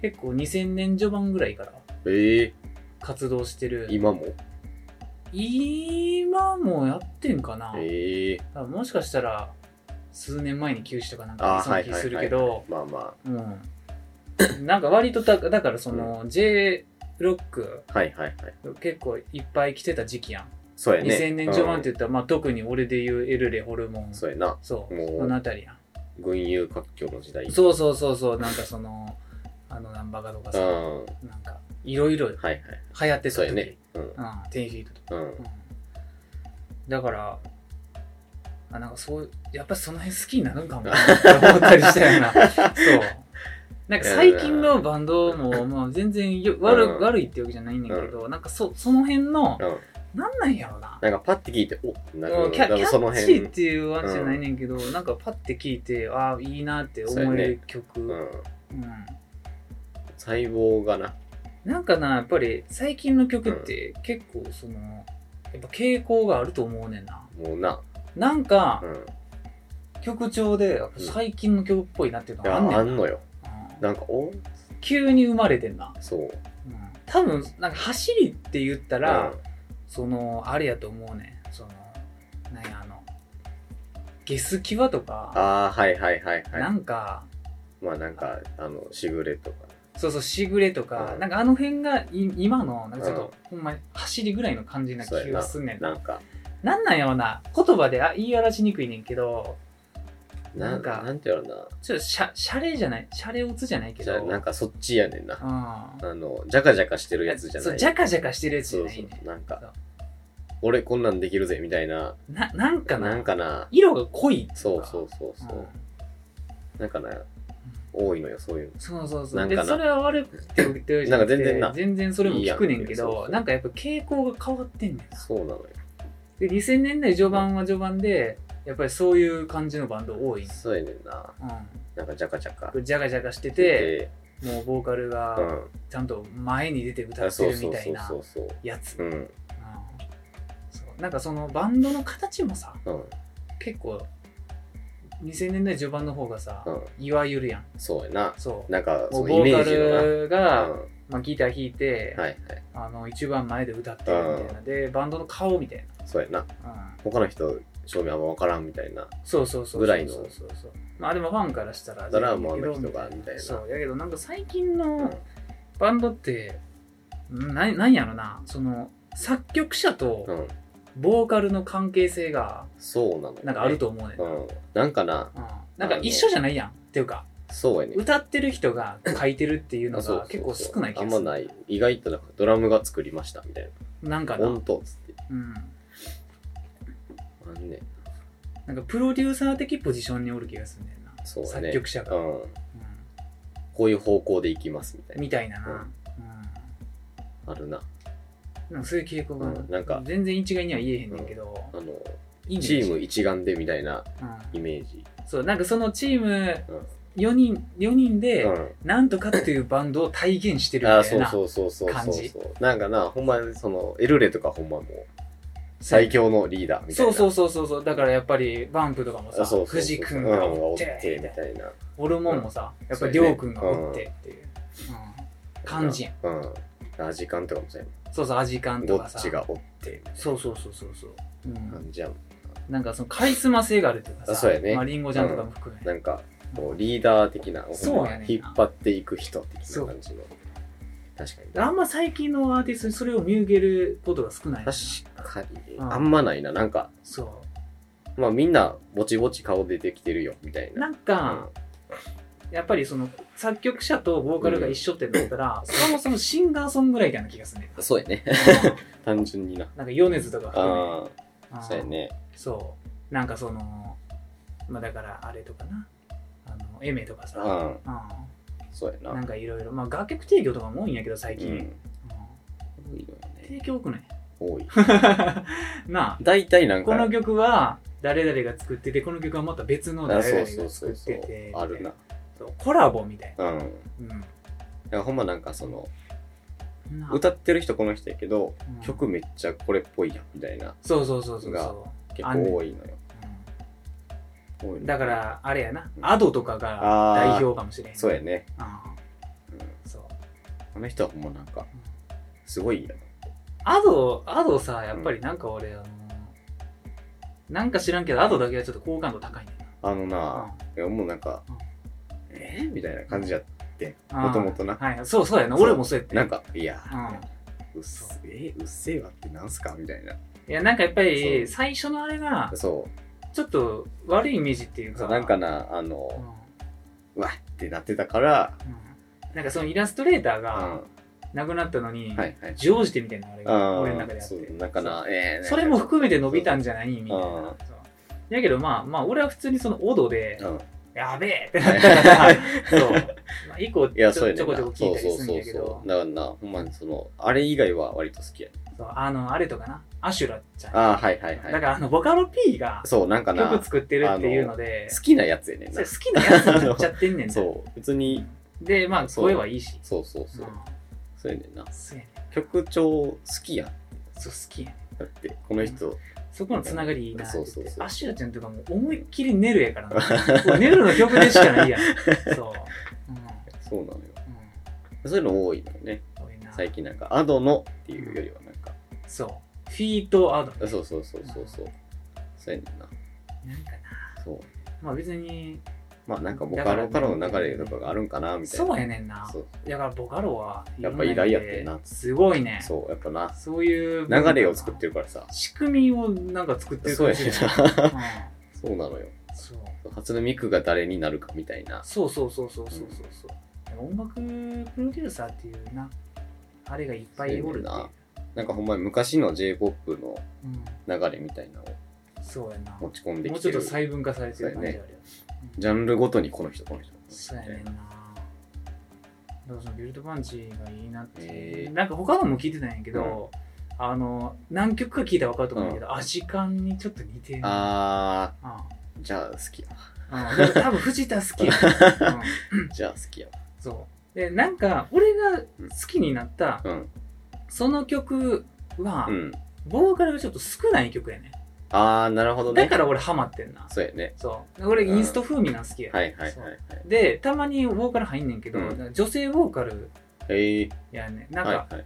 A: 結構2000年序盤ぐらいから
B: ええ
A: 活動してる
B: 今も
A: 今もやってんかな、
B: ええ
A: だからもしかしたら数年前に休止とかなん
B: あ
A: か
B: ー
A: そん
B: は
A: ない気
B: はい
A: する
B: は
A: け
B: い
A: ど、
B: はいまあま
A: うん、なんか割とだだからその J ロック
B: あはいはいはい
A: 結構いっぱい来てた時期やん
B: そうやね
A: 2000年序盤って言
B: う
A: ったら、まあ、特に俺で言うエルレホルモン
B: ん
A: そう
B: そうやな
A: そ
B: もう
A: のあたりやん
B: 群雄割拠の時代
A: そうそうそうそうなんかそのあのナンバガとか
B: うん
A: さ
B: は
A: なんかいろいろ
B: いはい
A: 流行ってた
B: そう
A: 時
B: やねうん
A: うん、10フィートとか、
B: うん
A: うん、だからあなんかそうやっぱりその辺好きになるんかも なって思ったりしたよなそうなんか最近のバンドも、まあ、全然よ悪,、
B: うん
A: 悪いってわけじゃないんだけど、なんかそその辺の
B: うん
A: なんなんやろな
B: なんかパッて聞いておってなる
A: うんキャ
B: 多
A: キ
B: 分
A: ャ
B: その
A: ッチ
B: 辺
A: ーっていうわけじゃないねんけど、なんかパッて聞いてああいいなって思える曲う、
B: うん
A: ん、
B: 細胞がな
A: なんかなやっぱり最近の曲って結構そのやっぱ傾向があると思うねんな
B: もうな
A: なんか
B: うん
A: 曲調で
B: うん
A: 最近の曲っぽいなっていうの
B: い
A: が
B: や
A: あんね
B: あ
A: ん
B: んのよ
A: な
B: なんかお
A: 急に生まれてんな、
B: そう
A: 多分なんか走りって言ったら、
B: うん
A: そのあれやと思うねんそのなんやあのゲスキワとか
B: ああはいはいはいはい
A: なんか
B: まあなんかあのしぐれとか
A: そうそうしぐれとか、
B: うん
A: なんかあの辺がい今のなんかちょっと、ほんまに走りぐらいの感じな気がすんねんな
B: なんか
A: なんなんやろな言葉であ言い表しにくいねんけど
B: な
A: なんか
B: なんて言うやろ
A: ちょっとシャシャレじゃないシャレオツじゃないけ
B: な。
A: ど
B: じゃあ、なんかそっちやねんな。
A: うん
B: あの、じゃかじゃかしてるやつじゃ
A: そ
B: な
A: う
B: い。
A: ジャカジャカしてるやつじ
B: そ
A: ゃ
B: う
A: ない
B: そ
A: ね
B: う。なん
A: そう
B: か、俺こんなんできるぜ、みたいな。
A: ななんかな
B: なんかな。
A: 色が濃い
B: そうそうそう
A: うん
B: そう。なんかな、多いのよ、そういう
A: そうそうそ
B: な
A: うん
B: か
A: で
B: な
A: それは悪くて言ってるじゃくて
B: なんか全然な
A: 全然それも聞くねんけ
B: いいやんっていうそう
A: ど
B: そう
A: なんかやっぱ傾向が変わってんねん
B: の。そうなのよ。
A: で2000年代序盤は序盤でやっぱりそういう感じのバンド多いね
B: そうやねんな。
A: う
B: なんかじゃかじゃか。
A: んジャカジャカしてて
B: で、
A: もうボーカル
B: う
A: が
B: ん。
A: ちゃんと前に出て歌
B: あ
A: って
B: そう
A: る
B: そ
A: み
B: う
A: た
B: そ
A: いうな
B: そうそう。
A: やつ
B: うん。うん。
A: うんそうなんかそのバンドの形もさ結構2000年代序盤の方がさ、
B: うん。
A: いわゆるやん
B: そうやな。
A: そう
B: なんか、
A: も
B: そうのイ
A: ボー
B: メ
A: カ
B: ージのな。
A: ルが、
B: うん
A: まあ、ギター弾いて、
B: はいはい。
A: あの一番前で歌ってるみたいな、でバンドの顔みたい
B: そうやな。
A: な、うん、
B: 他の人、正面あんまわからんみたいな。
A: そうそうそうそう
B: ぐらいの
A: そうそうそうまあでもファンからしたら
B: だからもうあの
A: 全然
B: 人
A: いける
B: が、みたいな。
A: そうやけどなんか最近
B: う
A: の
B: ん
A: バンドってななんやろなその作曲者と
B: うん。
A: ボーカルの関係性が
B: そうなのよね。
A: なんかあると思うねん、
B: うん。なんかな、
A: うんなんか一緒じゃないやんっていうか
B: そうやね。
A: 歌ってる人が書いてるっていうの
B: あそうそう
A: が
B: そう
A: 結構少ない気がす
B: あ
A: る
B: んまない。意外となんかドラムが作りましたみたい
A: なんかな,、
B: な。
A: う
B: 音
A: ん、
B: とつって。あんね。
A: なんかプロデューサー的ポジションにおる気がするんだよな、
B: そうやね。
A: 作曲者が、
B: う
A: うん
B: ん。こういう方向で行きますみたいな。
A: みたいなな、
B: う
A: うんん
B: あるな。
A: なんかそういう傾向が、
B: うんなんか
A: 全然一概には言えへんねんけど、
B: あの、
A: いいね
B: チーム一丸でみたいな
A: う
B: イ
A: ん、
B: メージ。
A: そうなんかそのチーム
B: うん
A: 4人四人で、
B: う
A: なんとかっていうバンドを体現してる
B: ん。
A: みたい
B: あ
A: な
B: あ、そうそうそうそうそ
A: 感
B: う
A: じ
B: そう。なんかな、ほんまにその、エルレとかほんまもう、最強のリーダーみたい
A: そ
B: な。
A: うそううそうそうそうだからやっぱりバンプとかも
B: あそうそう
A: さ
B: そう。
A: 藤君
B: うん
A: がお
B: お
A: っ
B: ってて、みたいな。
A: ホルモンもさ、やっぱり
B: そうやね
A: 亮君がおってっていう、うん、感じやん
B: うん。ラジカンとかもそうや
A: そうそうアジカン
B: ん。
A: と
B: ど
A: か
B: っ
A: さ
B: ちがおって、
A: そうそうそうそうそう、うん、
B: 感じやん。
A: なんかそのカリスマ性があるっていうかさ
B: あそうやね
A: まあ、リンゴちゃんとかも含め、
B: なんか、こうリーダー的な、
A: そうやねんな
B: 引っ張っていく人的な感じの。確かにな。
A: あんま最近のアーティストにそれを見受けることが少ないな
B: 確かに、
A: うん
B: あんまないな。なんか、
A: そ
B: まあみんな、ぼちぼち顔出てきてるよ、みたいう
A: な
B: な。。
A: んか、やっぱりその作曲者とボーカルが一緒ってなったら、そもそもシンガーソングライターな気がするね
B: そうや ね。単純にな。
A: なんか米津とか含め
B: あ
A: あ
B: あ、
A: ー
B: そうやね。
A: そう。なんかその、まあだからあれとかな、あの、エメとか
B: う
A: さ、
B: ん、
A: う
B: そうや
A: ん、な
B: な。
A: んかいろいろ、まあ楽曲提供とかも多いんやけど最
B: う
A: 近。うん
B: ん。多いよね。
A: 提供多くない
B: 多い。
A: なあ、
B: 大体なんか、
A: この曲は誰々が作ってて、この曲はまた別の
B: あ
A: 誰
B: そう
A: 々
B: そう
A: が
B: そ
A: 作っ
B: うそ
A: て
B: う
A: て、。
B: あるな。
A: そう。コラボみたいな。
B: うん。
A: うん
B: だからほんまなんかその、
A: なあ
B: 歌ってる人この人やけど、
A: うん
B: 曲めっちゃこれっぽいやん、みたいな。
A: そうそうそうそう
B: が
A: そ
B: 結構多いのよ。
A: う、
B: 多いの
A: う
B: よ
A: んだか、らあれやな、
B: うん
A: アドとかが
B: あー
A: 代表かもしれん
B: そうやね。
A: うんそう
B: あの人はほんまなんか、すごいや
A: アドアドさやっぱりなんか俺、あのなんか知らんけどアドだけはちょっと好感度高いねん
B: な。あのな
A: な、
B: いやもうなんか
A: うん、
B: えーみたいな感じやって、
A: あー
B: もともとな。
A: はい、そうそうやな
B: そう
A: 俺もそうやって
B: なんか、いや、うっ
A: そ
B: せえ、うっせえわってなんすかみたいな。
A: いやなんかやっぱり
B: そ
A: 最初のあれが
B: そう。
A: ちょっと悪いイメージっていう
B: そ
A: か
B: うなんか
A: うん
B: なあの、
A: う
B: うわってなってたから、
A: んなんかそのイラストレーター
B: うん、
A: が
B: は
A: なくなったのに、
B: いはい。
A: ジョージテみたいなあれが俺の中であって
B: そうなんかな、ええ
A: それも含めて伸びたん
B: じ
A: じゃないみたいな
B: うん。
A: そうやけどまあまあ俺は普通にそのオドで、
B: うん。
A: やべえってなった から、そう。まあ以降
B: い
A: ち
B: や、
A: ょ
B: そうや
A: ち
B: ね
A: ょ
B: んな
A: こちょこ聞いたりするんやけど、
B: だからな、ほんまにその、あれ以外は割と好きやね。
A: そうあの、あれとかな、アシュラちゃん。
B: ああ、はいは
A: だ
B: い
A: か
B: はい。
A: らあの、ボカロ P が
B: そう、なんかな、
A: 曲
B: 好
A: 作ってるっていうので、
B: きなやつやねん
A: そ
B: な
A: れ。好きなやつになっちゃってんねんな
B: そう、別に、
A: で、まあ
B: そう
A: 声はいいし。。
B: そうそうそううんそうやねんな。
A: そうやね
B: 曲調好きやん。
A: そう、好きやね
B: だって、この人、
A: そこのつながりいいなって言って
B: そうそうそう
A: アシュラちゃんとかもう思いっきりネルやからな。もうネルの曲でしかないやん。そう。うん
B: そうなのよ。
A: うん
B: そういうの多いのよね。
A: 多いな
B: 最近なんか、アドのっていうよりはなんか、
A: そう。フィートアド。
B: そうそうそうそうそう。そうやねんな。
A: なんかな。
B: そう。
A: まあ別に、
B: まあなんかボカロからの流れとかがあるんかなみたいな。
A: そうやねんな。
B: そう。
A: だからボカロは、
B: やっぱ偉大やってんな
A: すごいね。
B: そう、やっぱな。
A: そういう。
B: 流れを作ってるからさ。
A: 仕組みをなんか作ってる
B: そう
A: 感
B: や
A: じ
B: ねんな。
A: うん
B: そうなのよ。
A: そう。
B: 流初音ミクが誰になるかみたいな。
A: そうそうそうそうそうそうそう、音楽プロデューサーっていうなあれがいっぱいおるっていう
B: なんかほんまに昔の J-POP の
A: うん
B: 流れみたいなのを
A: そうやな
B: 持ち込んで
A: もう
B: き
A: ちょ
B: て
A: っと
B: る。
A: 細分化されてる感じあるよ、うん
B: ジャンルごとにこの人、この人。この人
A: そうやねんなだからそのビルドパンチがいいなって、
B: えー
A: なんか他のも聞いてたんやけど、あの何曲か聞いたら分かると思うんやけど、アジカンにちょっと似てるあ
B: あ
A: あ
B: ー、じゃあ好きやわ。
A: ああ多分藤田好きや、 うん、
B: じゃあ好きやわ。
A: そうでなんか俺が好きになった
B: うん。
A: その曲は、
B: うん。
A: ボーカルがちょっと少ない曲やね
B: あー、なるほどね。
A: だから俺ハマってんな
B: そうやね。
A: そう俺インスト風味なん好きや、
B: はいはいはい
A: そ。
B: はいう
A: でたまにボーカル入んねんけど、
B: うん
A: 女性ボーカル
B: ええ
A: やね
B: ー、
A: なんか、
B: はいはい。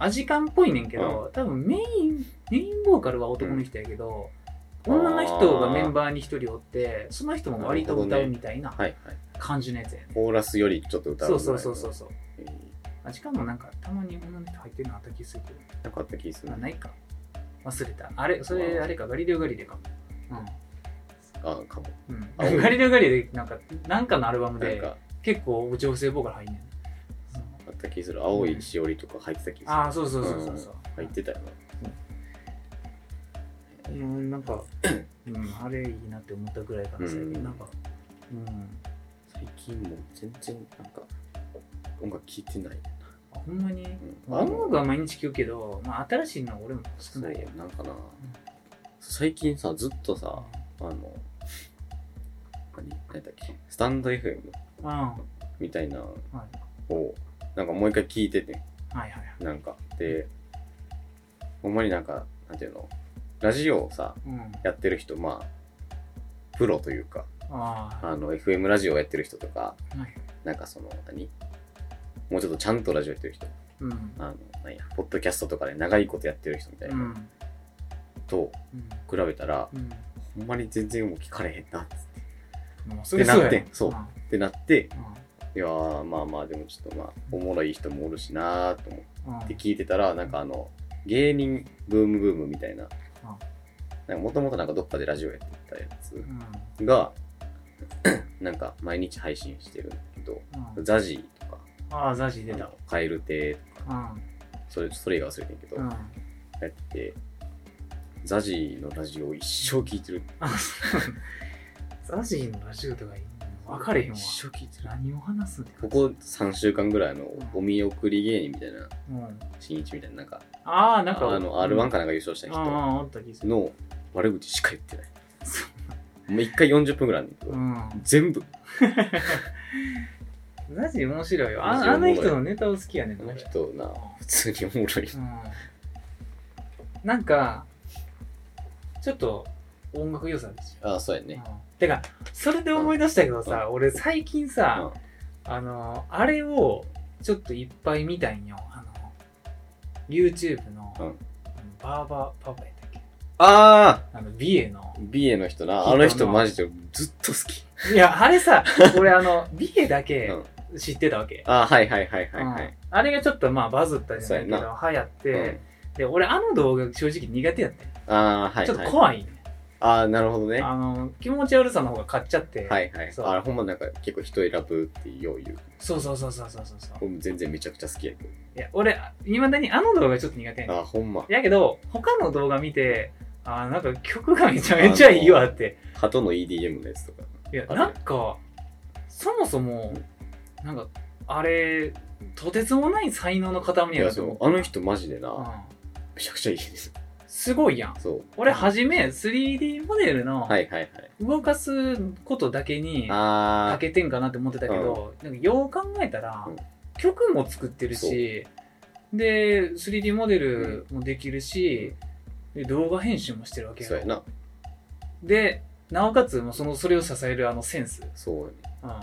A: アジカンっぽいねんけど、多分メインメインボーカルは男の人やけど、
B: うん
A: 女の人がメンバーに一人おってその人も割と歌うみたいな
B: はいはい。
A: 感じのやつやね
B: コーラスよりちょっと歌う
A: そ
B: ぐ
A: う
B: らい
A: そ
B: の
A: うそうそうそう
B: えー
A: アジカンもなんかたまに女の人入ってるのあった気するけど
B: なかった気する
A: あ
B: ね。
A: ないか忘れたあれそれあれかガリレオ・ガリレかも
B: あー、かも。
A: うん、うん
B: あおい
A: ガリレオ・ガリレなんかなんかのアルバム
B: なん
A: で
B: か、
A: 結構女性ボーカル入んねんそう
B: あった気する。青いしおりとか入ってた気する。
A: ああそうそうそうそうそう、
B: 入ってたよな。
A: うん、なんか、うん、あれいいなって思ったぐらいかな、最
B: うん
A: 近なんか、うん、
B: 最近もう全然なんか音楽聴いてない
A: あほんまに、
B: うん
A: 音楽は毎日聴くけど、まあ、新しいのは俺も少ないよ。
B: なんかな、最近さずっとさあの何何だっけスタンド FM
A: うん、は
B: みたいなの
A: い、は
B: をなんかもう一回聞いてて
A: いはいはい。
B: なんかでほんまになんかなんていうのラジオをさ
A: うん、
B: やってる人まあプロというか
A: ああ、
B: あの FM ラジオをやってる人とか
A: はい。
B: なんかその何もうちょっとちゃんとラジオやってる人
A: うん、
B: あのなんやポッドキャストとかで長いことやってる人みたいうな、
A: ん、
B: と
A: うん、
B: 比べたら、
A: うん。
B: ほんまに全然もう聞かれへんなっ
A: もう
B: ってなってん
A: そ
B: そう
A: や
B: てなって、
A: う
B: いやーまあまあでもちょっとまあおもろい人もおるしなーと思っ
A: ん、うん、うん
B: て聞いてたらなんかあの芸人ブームブームみたいなもともとなんかどっかでラジオやってたやつ
A: うん
B: が なんか毎日配信してるんだけど
A: うん
B: ザジーとか
A: ああ、ザジ出た。
B: カエル亭
A: うん、
B: それそれ以外忘れてんけど、
A: うん。
B: やってザジーのラジオを一生聞いてる
A: あそうザジのラジオとかいいの分かれへんわ。
B: 一生聞いてる
A: 何を話すんだ
B: ここ3週間ぐらいあのお見送り芸人みたいな
A: うん。
B: 新一みたいななんか
A: ああ、なんか。
B: あの R1 かなんか優勝した
A: ああ
B: 人
A: ああ、あった気する。
B: の悪口しか言 ってない
A: そ
B: もう1回40分ぐらいあるんだけど、
A: うん。
B: 全部
A: マジ面白いよ。
B: マジ
A: ああ
B: おもろ
A: の
B: い
A: 人のネタを好きやねん
B: あ
A: な
B: の
A: 俺
B: 人な普通におもろい、
A: うん。なんか、ちょっと音楽良さですよ。
B: ああそうやね、
A: うんてか、それで思い出したけどさ、俺最近さ、
B: う
A: あの、あれをちょっといっぱい見たんよ。あの、YouTube の、
B: う
A: あ
B: ん
A: のバーバーパパやったっけ
B: ああ
A: あの、美瑛の。
B: 美瑛の人
A: 聞
B: な
A: いたな
B: あの人マジでずっと好き、
A: いや、あれ さ、俺あの、美瑛だけ
B: うん
A: 知ってたわけ。
B: ああはいはいはいはいは
A: うん
B: い、
A: あれがちょっとまあバズったじゃないけど
B: そう
A: 流行って、
B: うん
A: で俺あの動画正直苦手やったよ
B: ああはい
A: ちょっ
B: は
A: と
B: い
A: 怖いね、
B: ああなるほどねは
A: あの気持ち悪さの方が勝っちゃって、
B: いはい
A: そう
B: あれほんまなんか結構人選ぶってよう言う
A: そうそうそうそうそうそうそう
B: 僕も全然めちゃくちゃ好きやけ
A: いや俺いまだにあの動画ちょっと苦手や
B: ど
A: ね
B: あーほんま
A: んやけど他の動画見てあーなんか曲がめちゃめちゃいいわって
B: 鳩の EDM のやつとか
A: いや
B: ある
A: なんかそもそもなんかあれとてつもない才能の塊
B: い
A: や
B: や
A: なと
B: そ
A: 思
B: う
A: った
B: あの人マジでな、
A: うん
B: めちゃくちゃいいです
A: すごいやん
B: そう
A: 俺初め 3D モデルの、
B: はいはいはい
A: 動かすことだけに
B: あ
A: 欠けてんかなって思ってたけど、なんかよう考えたら、
B: うん
A: 曲も作ってるしで 3D モデルもできるし、で動画編集もしてるわ
B: あ
A: け
B: そうやな
A: でなおかつもうそのそれを支えるあのセンス、
B: そうやね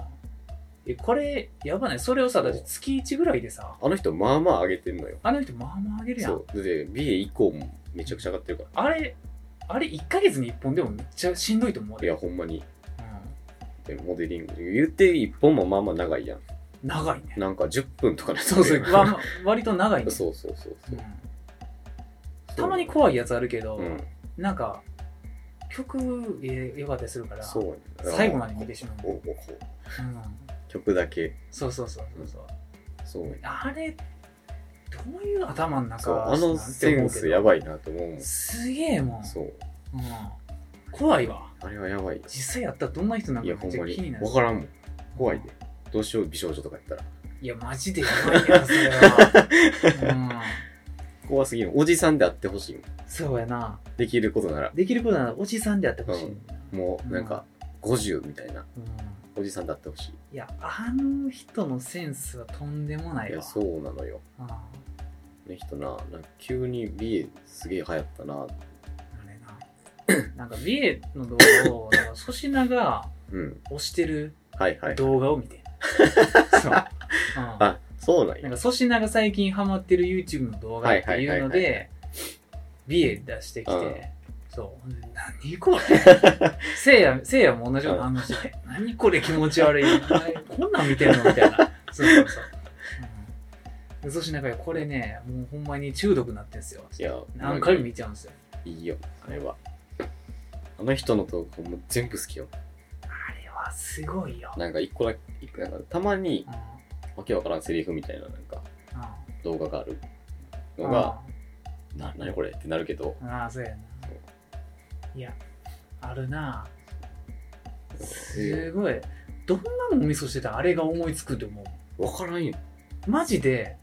A: うん、えこれやばないそれをさだって月1ぐらいでさ
B: あの人まあまあ上げてんのよ
A: あの人まあまあ上げるや
B: そ
A: ん
B: うだって美瑛以降もめちゃくちゃ上がってるか
A: あれあれ1ヶ月に1本でもめっちゃしんどいと思う
B: らい
A: で、
B: やほんまに
A: う
B: でモデリング言って一本もまあまあ長いやん
A: ん、長いね
B: なんか10分とか な
A: そうそう、
B: まあ
A: わ割と長いね
B: そうそうそうそ
A: う
B: う
A: んたまに怖いやつあるけど、
B: うん
A: なんか曲え良かったりするから
B: そうやね
A: 最後まで見てしまう
B: おおこう
A: うん、
B: 曲だけ
A: そうそうそうそうそう
B: そうやね
A: あれどういう頭の中
B: そうあのセンスや
A: い
B: ばいなと思うもん
A: すげえもん、
B: そう
A: うん、怖いわ
B: あれはやばい
A: 実際やったらどんな人なん
B: い
A: か
B: や
A: め
B: ほ
A: っ
B: ん
A: ちゃ
B: ま
A: 気に
B: に
A: なる
B: 分からんもん怖いでどうしよう美少女とかやったら
A: いやマジでやばいやんそれは、
B: 怖すぎるおじさんであってほしいもん
A: うん、そうやな
B: できることなら
A: できることならおじさんであってほしい、う
B: うんもうなんか50みたいなおじさんであってほしい
A: いやあの人のセンスはとんでもない
B: い
A: わ
B: やそうなのよ
A: うんあ
B: ね人ななんか急に美瑛すげえ流行ったな
A: れななんか美瑛の動画をなんか粗品が
B: うん
A: 推してる
B: はいはい
A: 動画を見て、 そう、うん
B: あそうなん
A: な
B: や
A: んか粗品が最近ハマってる YouTube の動画っていうの
B: はいはいはい
A: で、美瑛出してきて、
B: うん
A: そう、何これ せいや、せいやも同じような反応してて、何これ気持ち悪い。こんなん見てるのみたいな。そうそうそう。うん、で粗品が、これね、もうほんまに中毒になってんすよ。
B: いや
A: 何回も見ちゃうんですよ。
B: いいよあれはあの人の動画もう全部好きよ
A: あれはすごいよ。
B: なんか一個だけ一個なんかたまに
A: うん
B: わけわからんセリフみたいななんか
A: う
B: 動画がある
A: ん
B: のが「な何これ?」ってなるけど
A: うんああ、そうや
B: そう
A: な。いや、あるな。すごい。どんなのお味噌してたらあれが思いつくと思う。
B: わからんよ
A: マジで、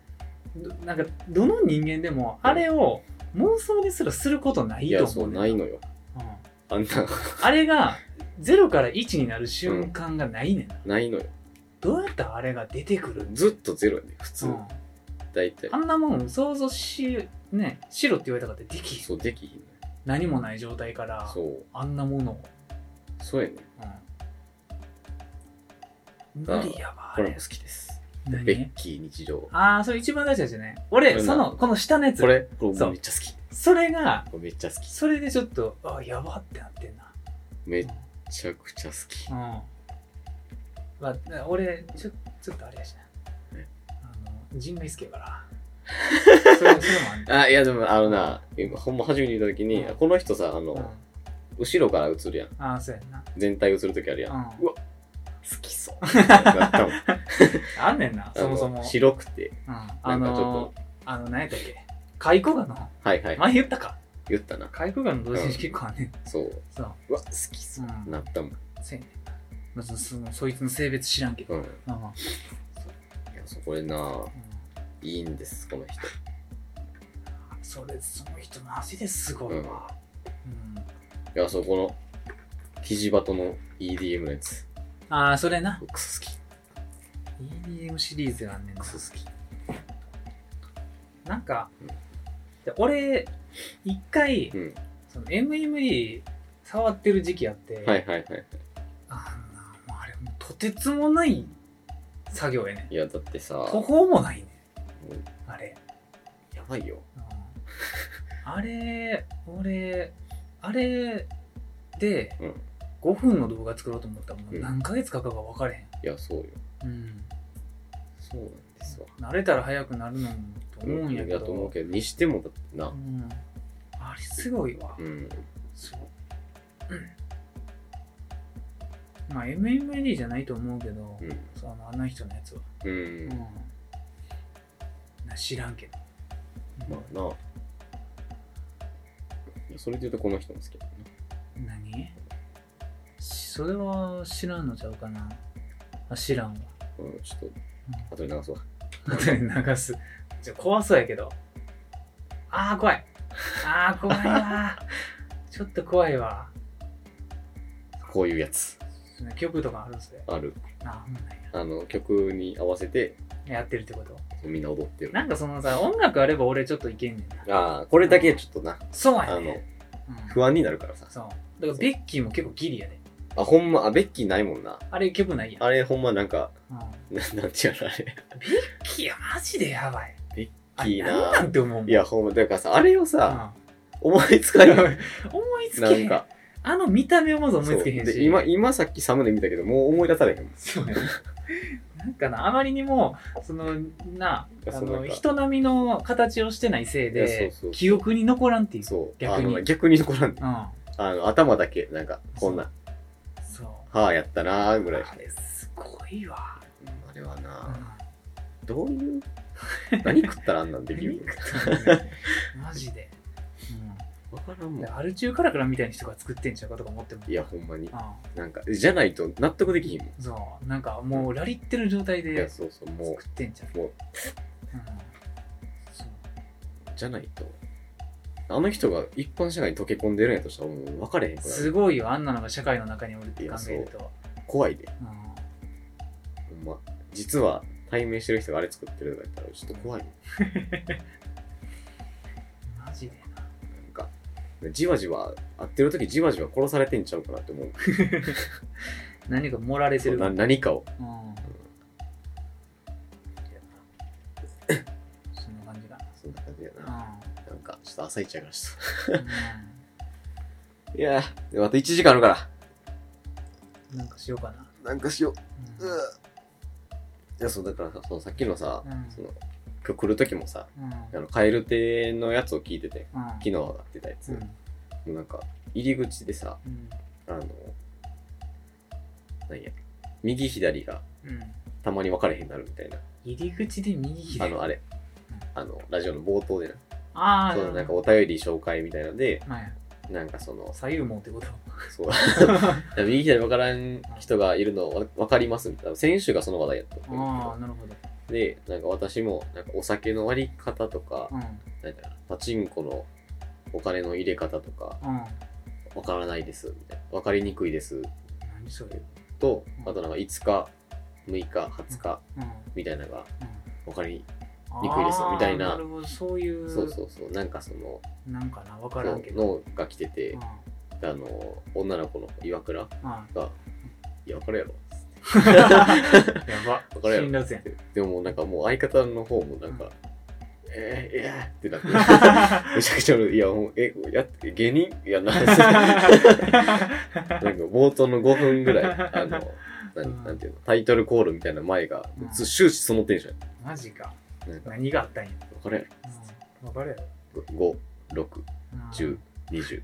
A: どなんか、どの人間でも、あれを妄想ですらすることない
B: い
A: と
B: や
A: 思
B: そうう
A: ね
B: ないのよ
A: うん
B: あんな
A: あれが、0から1になる瞬間がないねんな。
B: ないのよ
A: どうやったらあれが出てくる
B: ずっとゼロやね普通
A: うん
B: 大体
A: あんなもん想像し、ね、しろって言われたかってできひん。
B: そうできひんね
A: 何もない状態から、
B: そう
A: あんなものを。
B: そうやね
A: うん
B: あ
A: 無理やわ、あ
B: これも
A: れ
B: 好。きですベ
A: 何
B: ッキー日常
A: ああ、それ一番大事なやつよね。
B: こ
A: 俺、
B: れな
A: その、この下のやつ。
B: これこれ
A: そう
B: めっちゃ好き
A: それが、
B: これめっちゃ好き
A: それでちょっと、あやばってなってんな。
B: めっちゃくちゃ好き
A: うん。まあ、俺、ちょちょっとあれやしな
B: え。
A: あの、人外好きや から。それそれもあんね
B: あいやでもあのな今ほんま初めて見た時に
A: うん
B: この人さあ
A: ん。うん
B: の後ろから映るやん
A: ああ、そうやんな。
B: 全体映る時あるや
A: う
B: ん
A: ん
B: うわ好きそう なったもん
A: あんねんな、そもそ
B: あ
A: も
B: の。白くて
A: うん。
B: な
A: あ
B: んかちょ
A: の
B: っ、
A: あの、何やったっけ。カイコガの、
B: はいはい
A: 前言ったか。
B: 言ったな
A: カイコガの同人誌結構あんねん。
B: そう
A: そう。
B: うわ好きそう
A: うん
B: なったもん
A: そうやねんな。まずその、そいつの性別知らんけど。
B: うんい
A: まあまあ
B: やそうこれな
A: うん
B: いいんですこの人
A: それその人マジですごいわ、うん
B: いやそうこのキジバトの EDM のやつ
A: ああそれな
B: クソ好き
A: EDM シリーズがあんねんな
B: クソ好き
A: なんか、
B: うん
A: で俺一回、
B: うん
A: その MMD 触ってる時期あって、
B: はいはいはい
A: あんなもうあれもうとてつもない作業やねん
B: いやだってさ
A: 途方もないね
B: うん
A: んあれ、
B: やばいよ
A: うんあれ俺あれで、
B: うん
A: 5分の動画作ろうと思ったらもううん何ヶ月かかが分かれへ
B: いやそうよ
A: ん、うん
B: そうなんですわ
A: 慣れたら早くなるのもと思うんやけ
B: だと思
A: ど
B: う、けどにしてもだってな
A: うん、あれすごいわ、
B: うん
A: そう、うん、まあ MMD じゃないと思うけど、
B: うん
A: そのあの人のやつは、
B: う
A: うん
B: ん
A: な知らんけど、うん
B: まあな。いやそれで言うとこの人も好きだね。
A: 何しそれは知らんのちゃうかなあ知らんわ、
B: うん、ちょっ
A: うん
B: と、後で流そう。
A: 後で流すちょ怖そうやけどああ怖いああ怖いわ ちょっと怖いわ
B: こういうやつ。
A: 曲とかあるんすね
B: ある。
A: あほんなん
B: あの、曲に合わせて、
A: ややってるってこと
B: みんな踊ってる。
A: なんかそのさ音楽あれば俺ちょっといけんねんな
B: ああ、これだけちょっとな、
A: そう
B: あ
A: や
B: の
A: ね、うん
B: 不安になるからさ。
A: そうだからベッキーも結構ギリやね
B: あ、ほんま、あ、ベッキーないもんな。
A: あれ曲ないやん、
B: あれ、ほんまなんか、
A: うん、ベッ
B: ななんていうのあれ。
A: キーはマジでやばい
B: ベ
A: あ
B: ッキー
A: れなんな
B: な。
A: んて思うもん
B: いや、ほんま、だからさ、あれを
A: うん
B: さ、思いつか ない。な
A: 思いつけへ
B: ん
A: ん
B: か、
A: あの見た目をまず思いつけへ
B: そうんで
A: し
B: 今、今さっきサムネ見たけど、もう思い出されへんもん。
A: そうやね なんかなあまりにもそのなあ
B: そうな
A: の
B: んか
A: 人並みの形をしてないせい
B: いやそ
A: で
B: うそう
A: 記憶に残らんっていう
B: そう。
A: 逆に
B: あの逆に残らんね
A: うん
B: あの、頭だけ、なんか、こんな、
A: そう
B: はあやったなーぐらい。
A: あれすごいわ、
B: あれは
A: うん
B: な、どういう、何食ったらあんなん でき る
A: 何食ったのねマジで、
B: わからん
A: うん、
B: も
A: で
B: ん。
A: アル中カラクラみたいな人が作ってんちゃうかとか思っても
B: いや、ほんまに。
A: う
B: なんか、じゃないと納得できひんも
A: んそうなんかもうラリってる状態
B: ん。いや、
A: で
B: そうそう、も
A: 作ってんちゃ
B: う、もう、
A: う、うん、そう
B: じゃないと。あの人が一般社会に溶け込んでるんやとしたら、もう分かれへんから、
A: すごいよあんなのが社会の中におるって
B: い
A: 考
B: やそう
A: えると
B: 怖いで。
A: うん
B: ほんま。実は、対面してる人があれ作ってるとかやったら、ちょっと怖いね。
A: マジでな
B: なんか、じわじわ、会ってる時じわじわ殺されてんちゃうかなって思う。
A: 何か盛られて
B: そう
A: る
B: な何かを。
A: うんそんな感じか
B: そんな感じやな。
A: な。
B: なんか、ちょっと朝一やからちょ
A: う
B: っと。いやー、でまた1時間あるから。
A: ん。なんかしようかな。
B: なんかしよう。
A: うん
B: うんいや、そう、だからさ、そうさっきのさ、
A: うん
B: その、今日来る時もさ、
A: うん。
B: あの、蛙亭のやつを聞いてて、
A: うん
B: 昨日なってたやつ、
A: う
B: も
A: ん
B: うなんか、入り口でさ、
A: うん
B: あの、なんや、右左が
A: うん
B: たまに分かれへんなるみたいな。
A: 入り口で右
B: あ
A: 左。
B: の、あれ
A: うん、
B: あの、ラジオの冒頭でな。
A: あ
B: そう、なんか
A: お
B: お便り紹介みたいなので、
A: 前、
B: なんかその、
A: 左右もってこと。
B: そう。右左分からん人がいるのわ分かりますみたいな。先週がその話題やったと
A: あ
B: 思
A: あ、
B: う
A: なるほど。
B: けど。で、なんか私も、なんかお酒の割り方とか、
A: うん。
B: なんだろうなパチンコのお金の入れ方とか、
A: うん。
B: わからないです、みたいな。わかりにくいです、
A: 何それ。
B: と
A: う、ん
B: あとなんか5日、6日、20日、
A: うん。うん
B: みたいなのが、わかり、
A: あー
B: びっくりですみたいな
A: なるほど、そういう。
B: そうそうそう、なんかその、
A: なんかな、わからんけど。
B: 脳が来てて
A: うん、
B: あの、女の子の岩倉
A: うん
B: が、いや、わかるやろ。
A: やば。
B: わかるやろ
A: 辛 辣やん。
B: でももうなんかもう相方の方もなんか、えー、いやーってなって、 めちゃくちゃ俺、いや、もう、え、やって、芸人いや、 なんですなんか冒頭の5分ぐらい、あの、なんなんていうの、タイトルコールみたいな前が、
A: うん
B: ず終始そのテンション
A: マジか。
B: やなんか、
A: 何があったんや。
B: これ、
A: うんわかるやろ。
B: 5、6、
A: うん
B: 10、20。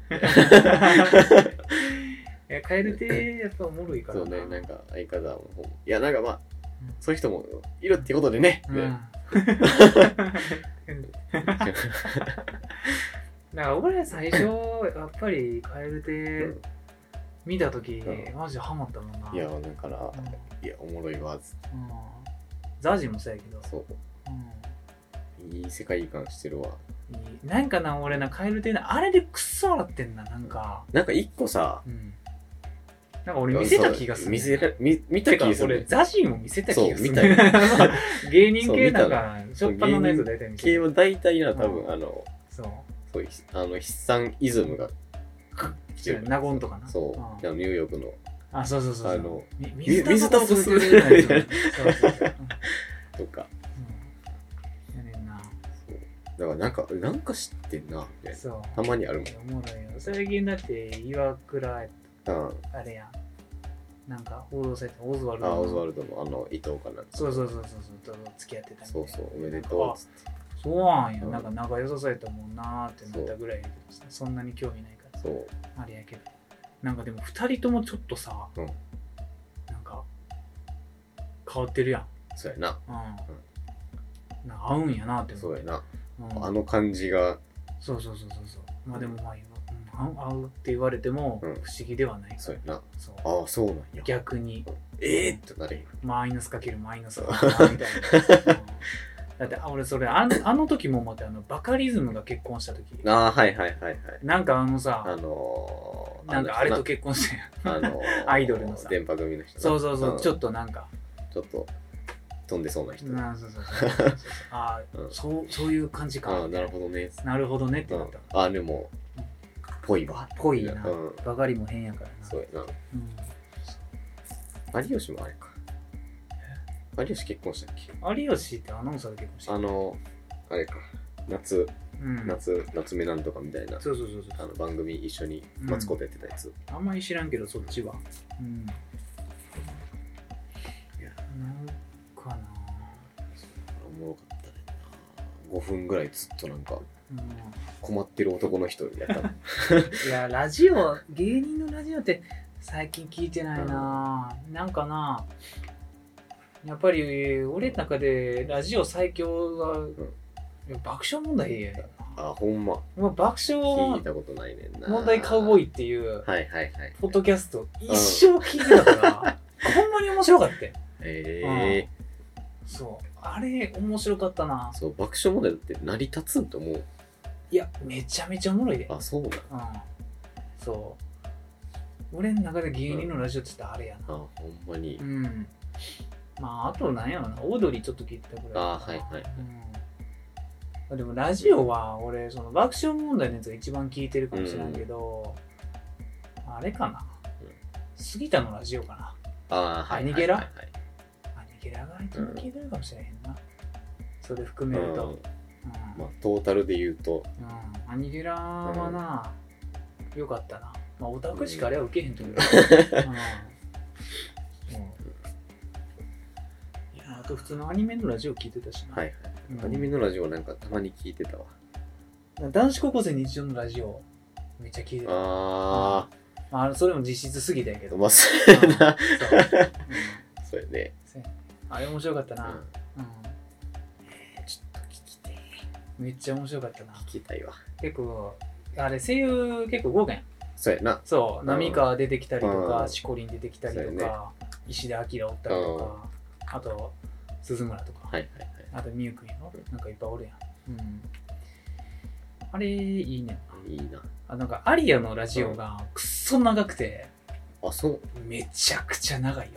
A: いやカエル亭やっぱおもろいから
B: そうね、なんか相方も、いや、なんかまあ、
A: うん
B: そういう人もいるってことでね、
A: うん
B: ね
A: なんか俺ら最初やっぱりカエル亭見た時、
B: うん
A: マジでハマったもんない
B: や、だから
A: う、ん
B: いや、おもろいわ、つっ
A: うんザジもそうやけど
B: て、そう。
A: う
B: いい世界観してるわ。
A: んいいなんかな俺なカエル亭なあれでくっそ笑ってんななんか
B: なんか一個さ、
A: うんなんか俺見せた気がする
B: 見せら見見た気がす
A: 俺
B: る。
A: ザジも見せた気がする
B: そう 見
A: 芸人系なんかしょっぱなのやつ大体見せ
B: 系
A: る
B: は大体な、多
A: う
B: 分、
A: ん
B: あの、
A: そう
B: そう、ひあの、筆算イズムが来てる。
A: 納言とかな
B: そう、
A: ん
B: あのニューヨークの
A: あ、そうそうそうそう。
B: あの
A: み、
B: 水
A: 水タバコ
B: 水
A: 吸
B: タバコ吸
A: うてる
B: う
A: みたいな。そうそうそう。
B: とか、
A: うんうんやねんな。
B: そうだからなんか、なんか知ってんな、みたい
A: そう。
B: な。たまにある
A: おもろいよ。最近だって、岩倉、
B: もん。うん。
A: あれやん。なんか、報道されて、オズワルド
B: あ、
A: の。
B: オズワルドのあの、伊藤かな。
A: そうそうそうそうそう、と付き合ってたみたい
B: そう
A: な
B: そう、おめでとう、つって。
A: あそうなんや。
B: うん
A: なんか仲良さそうやったもんなーって思ったぐらいやけどさそんなに興味ないからさ
B: そう。
A: あれやけど。なんかでも、二人ともちょっとさ、
B: うん
A: なんか、変わってるやん。
B: そうやな。
A: うん、なんか合うんやなって
B: そ
A: 思
B: うやな。
A: うん
B: あの感じが、
A: そうそうそうそうそうまあでもまあ、うん合う合うって言われても不
B: うん
A: 思議ではない、
B: そうやな。
A: そう
B: ああ、そうなんや。
A: 逆に
B: ええー、ってなれへん。
A: マイナスかけるマイナスかけるみたいな、うんだってあ俺それあのあの時も思ってあのバカリズムが結婚した時
B: ああ、はいはいはいはい。
A: なんかあのさ
B: あのー、
A: なんかあれと結婚して
B: あの ー
A: アイドルのさ
B: 電波組の人な
A: そうそうそう、
B: ん
A: ちょっとなんか、
B: ちょっと飛んでそうな人、
A: うん、そうそうそうそうそうああ、
B: うん
A: そうそういう感じ
B: あ
A: か
B: あなるほどね、
A: なるほどねって
B: う
A: なんった、、
B: ああでも
A: うん
B: ぽいわ
A: ぽいな
B: うん、
A: バカリも変やからな
B: そうや
A: うん
B: な有吉もあれか有吉結婚したっけ
A: 有吉ってアナウンサーだけかもしれ
B: あ
A: ない。
B: のあれか夏
A: うん、
B: 夏夏目なんとかみたいな、
A: そうそうそうそ
B: あ
A: う
B: の番組一緒にマツコとやってたやつ、
A: あんまり知らんけど、そっちは。うん。
B: いや
A: なんかな
B: おもろかったね5分ぐらいずっとなんか
A: うん
B: 困ってる男の人や ったの
A: いやラジオ芸人のラジオって最近聞いてないな、なんかなやっぱり俺の中でラジオ最強は、爆笑問題やな
B: あほんま
A: もう爆
B: 聞
A: 笑
B: いたことないねんな
A: 問題カウボーイっていう
B: はいはいはい
A: ポッドキャスト一生聞いてたから、ほんまに面白かったよ
B: ええ
A: そうあれ面白かったな
B: そう爆笑問題だって成り立つんと思う
A: いやめちゃめちゃおもろいで
B: あそうな
A: うんそう俺の中で芸人のラジオって言ったらあれやな
B: あほんまに
A: うん、まああとなんやろなオードリーちょっと聞いてたぐらい
B: あはいはい
A: うん、でもラジオは俺その爆笑問題のやつが一番聞いてるかもしれないけど、あれかな、
B: うん
A: 杉田のラジオかな
B: あはいはい
A: 逃げろ
B: はいはい
A: あ逃げらがいと聞いてるかもしれへんな、それ含める
B: う
A: と
B: ん
A: うん、
B: まあトータルで言うと
A: うん、アニゲラはな、よかったな。まあ、オタクしかあれは受けへんと思う。うんうんいやあと普通のアニメのラジオ聞いてたしな。
B: はいはい
A: うん
B: アニメのラジオなんかたまに聞いてたわ
A: 男子高校生日常のラジオめっちゃ聞いてた。
B: あ
A: まあ、あのそれも実質すぎたけ
B: ー
A: ど。
B: まあそうや な
A: そううん
B: そうやね
A: そうやあれ面白かった
B: う
A: な。
B: ん
A: うん
B: ちょっと聞きて
A: めっちゃ面白かったな。
B: 聞きたいわ
A: 結構、あれ声優結構豪華やん。
B: そうやな
A: そう、
B: うん
A: 波川出てきたりと
B: う
A: か、
B: ん
A: しこりん出てきたり
B: そ
A: と
B: うやね
A: か、石田明おったりとか、あと、鈴村とか、
B: はいはいはい
A: あと、みゆくんやろ
B: う
A: なんかいっぱいおるやん。うん。あれ、いいねんない
B: いな。
A: あなんか、アリアのラジオがくっそ長くて、
B: あ、そう。
A: めちゃくちゃ長い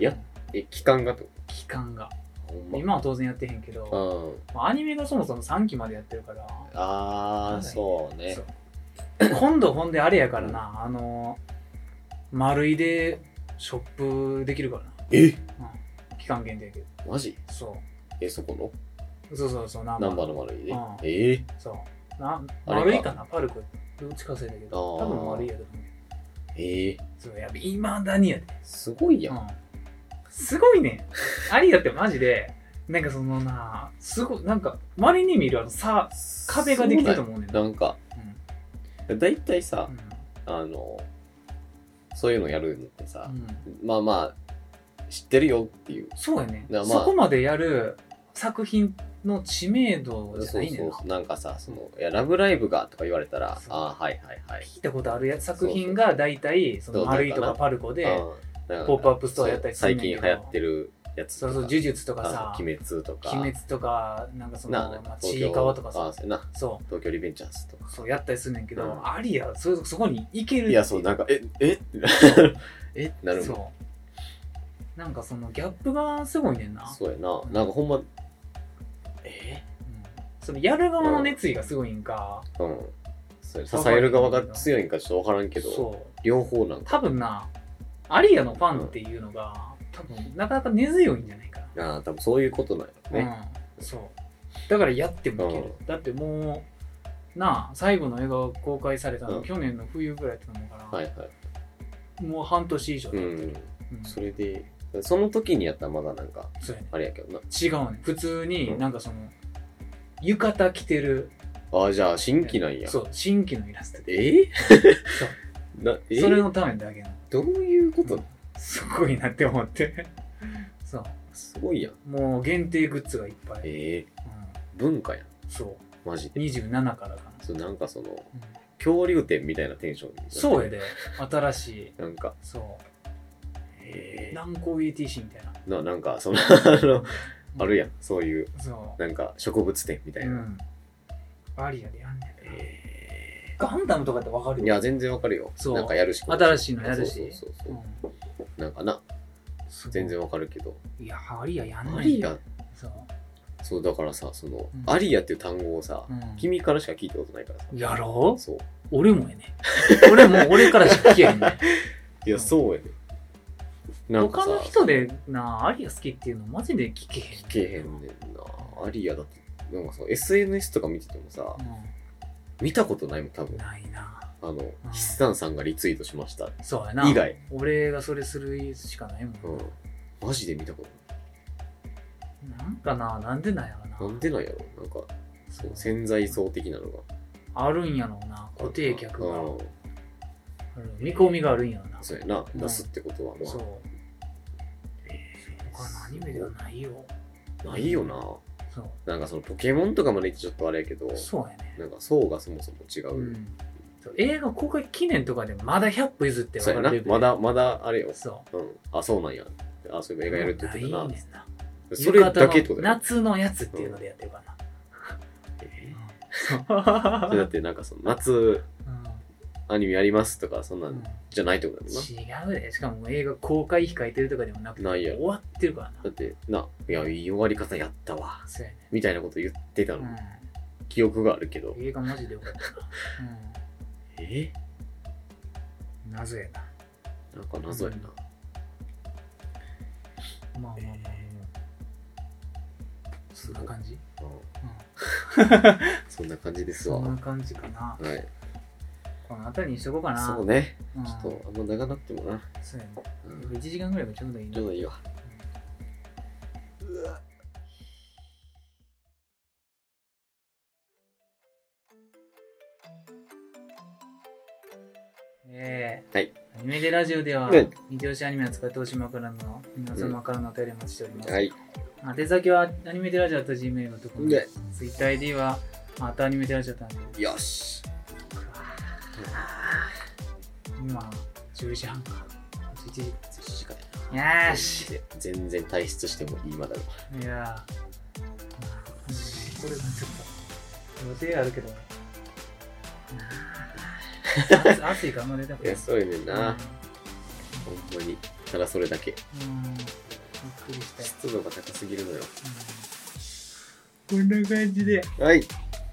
A: よ。
B: え、期間がと。
A: 期間が。
B: ほんま。
A: 今は当然やってへんけ
B: う
A: ど、
B: ん。
A: まあアニメがそもそも3期までやってるから、
B: あー、そうね
A: そ。う 今度ほんであれやからな、あの、丸いでショップできるからな。
B: え
A: 期間限定やけど
B: マジ
A: そ
B: え、そこの
A: うそうそうそうナンバ
B: ナ
A: ー
B: ンバーの丸いで
A: うん。
B: えー
A: そうな
B: あれか
A: 丸いかなパルクどっちかせいだけど
B: あ
A: 多
B: ー
A: 分丸いやと思う
B: えー
A: そうやべいまだにやで、
B: すごいや。
A: うんん、すごいねアリアってマジでなんかそのなすごいなんかまれに見るあのさ壁ができてると思うねん
B: そうなんやなんか、だいたいさ
A: うん、
B: あの、そういうのやるのってさ
A: う、ん
B: まあまあ、知ってるよっていう。
A: そうやね、
B: だからまあ
A: そこまでやる作品の知名度じゃ
B: そ
A: な
B: う
A: いねん
B: そ
A: な
B: うそう。なんかさ、その、いや、ラブライブがとか言われたら
A: そ、う
B: あーはいはいはい。
A: 聞いたことあるや作品が大体その丸いとかパルコで
B: うんなんか
A: ポップアップストアやったりするん
B: そう
A: やけど
B: 最近流行ってるやつと
A: そ
B: か。
A: れこそ呪術とかさ
B: あ、の鬼滅とか。
A: 鬼滅とか、なんかその、
B: な
A: まあ、
B: 東
A: ち
B: 京
A: いかわとか
B: あ
A: さ、
B: そうやな
A: そ
B: 東京リベンジャーズとか
A: う、そうやったりすんねんけど、
B: うん
A: ありや、そそこに行けるって
B: いやそうなんかえええなるほど
A: そう。なんかそのギャップがすごいねんな。
B: そうやななんかほんまえ
A: うんそのやる側の熱意がすごいんか、
B: うんそう支える側が強いんかちょっと分からんけど
A: そう。
B: 両方なんか
A: 多分な、アリアのファンっていうのが、多分なかなか根強いんじゃないかな。
B: ああ多分そういうことなんやね
A: うん、そうだからやってもいける、だってもうなあ最後の映画が公開されたの、
B: うん
A: 去年の冬ぐらいって思うから、
B: はいはい
A: もう半年以上経
B: う
A: ってる、
B: ん
A: うん
B: それでその時にやったらまだなんか
A: そうやね
B: あれやけどな
A: 違うね普通
B: う
A: に
B: ん
A: なんかその、浴衣着てる
B: ああじゃあ新規なんや
A: そう新規のイラストで
B: え なえ
A: それのためだけの
B: どういうこと
A: すごいなって思って そう
B: すごいやん
A: もう限定グッズがいっぱい、
B: ええ
A: う
B: 文化やん
A: ん、そ
B: マジ
A: う
B: で
A: 27からかな、
B: そうなんかその
A: うん
B: 恐竜展みたいなテンション
A: そうやで新しい
B: なんか
A: そ
B: へ
A: う
B: え
A: 南高 ETC みたいな
B: ななんかその あのあるや
A: ん
B: んそういう
A: そ
B: なんか植物展みた
A: う
B: いうな、
A: んアリアでやんねん
B: へ
A: ガンダムとかってわかる
B: え
A: よ
B: いや全然わかるよ
A: そう
B: なんかやるし
A: 新しいのやるし
B: そうそうそう
A: う
B: そ
A: ん
B: う、なんかな
A: すごい
B: 全然わかるけど
A: いやアリアやんねん
B: アリア
A: そう、
B: そうだからさその、
A: うん
B: アリアっていう単語をさ、
A: うん
B: 君からしか聞いたことないからさ
A: やろう
B: そう
A: 俺もやね。俺も俺からしか聞け へんね。
B: いやそうやねなんか
A: 他
B: さ
A: の人でな、アリア好きっていうのマジで聞けへん。
B: 聞けへんねんなアリアだってなんかさ SNS とか見ててもさ、見たことないもん多
A: うん
B: 分
A: ないな。
B: あの筆算さんがリツイートしました
A: そうやな。
B: 以外。
A: 俺がそれするしかないもん。
B: うんマジで見たことない
A: なんかな、なんでなんやろな。な
B: なんでなんやろなんか、そう、潜在層的なのが。
A: あるんやろうな固定客が
B: う
A: あ
B: ん
A: る見込みがあるんやろうな
B: そうやな、
A: うん
B: 出すってことは、
A: そう
B: ま
A: 他のアニメではないよ
B: あ、ないよな。
A: そう
B: なんかそのポケモンとかまで言ってちょっとあれやけど、
A: そうやね
B: なんか層がそもそも違
A: う
B: う。
A: んそう映画公開記念とかでまだ100歩譲って
B: そうや
A: 分
B: な
A: かるレベ。ル
B: まだ、まだあれよ。
A: そ
B: うん。あ、そうなんや。あ、そういえ
A: う
B: ば映画やるって言ってた
A: いいね
B: な。
A: んな
B: それだけってこ
A: 浴衣
B: と
A: の
B: だよね。
A: 夏のやつっていうのでやってるからな
B: え
A: そ
B: ーそれだってなんかその、夏アニメやりますとか、そん
A: う
B: なんんじゃないってことだもんな。
A: 違うでしかも映画公開控えてるとかでもなくて
B: ないやろ
A: 終わってるから
B: だって、な、いや、いい終わり方やったわ。
A: なそうやね
B: みたいなこと言ってたの。
A: う
B: 記憶があるけど
A: ん。映画マジでよかったな
B: え
A: うん謎やな
B: なんか謎やな。
A: まあまあまあまあそんな感じ
B: うんそんな感じです
A: そ
B: わ。
A: ん
B: は。
A: な感じかないこの辺りにしとこうかな
B: そうね。
A: うん
B: ちょっと、あんま長なってもな。
A: そうやね
B: うん
A: 1時間ぐらいがちょうどいいな
B: ちょうどいいわ。
A: ええ
B: はい
A: アニメでラジオでは、
B: うん
A: 見てほしいアニメを使ってほしい枕の皆様からのお便りをお待ちしております。
B: はい。
A: 宛先はアニメでラジオと Gmail.com
B: で
A: で、ツイッター ID は、またアニメでラジオとなんで、
B: よし。
A: 今、10時半か。11時。よ
B: 時間
A: ーし
B: で全然退出してもいいまだろ
A: いやー、これがちょっと、予定あるけど、暑暑いからあんま寝たく
B: う。い
A: ない
B: や、。そうやねん
A: うん
B: な。ほんまに。ただそれだけ。
A: うん、びっくりした。
B: 湿度が高すぎるのよ。
A: うんこんな感じで
B: はい。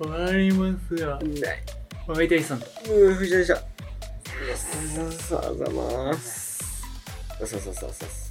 A: 終わりますよ
B: う。ん、ない。
A: おめでとうさん。
B: うん、ふじゃふじゃ。さあざまーす。さあさあさあさあ。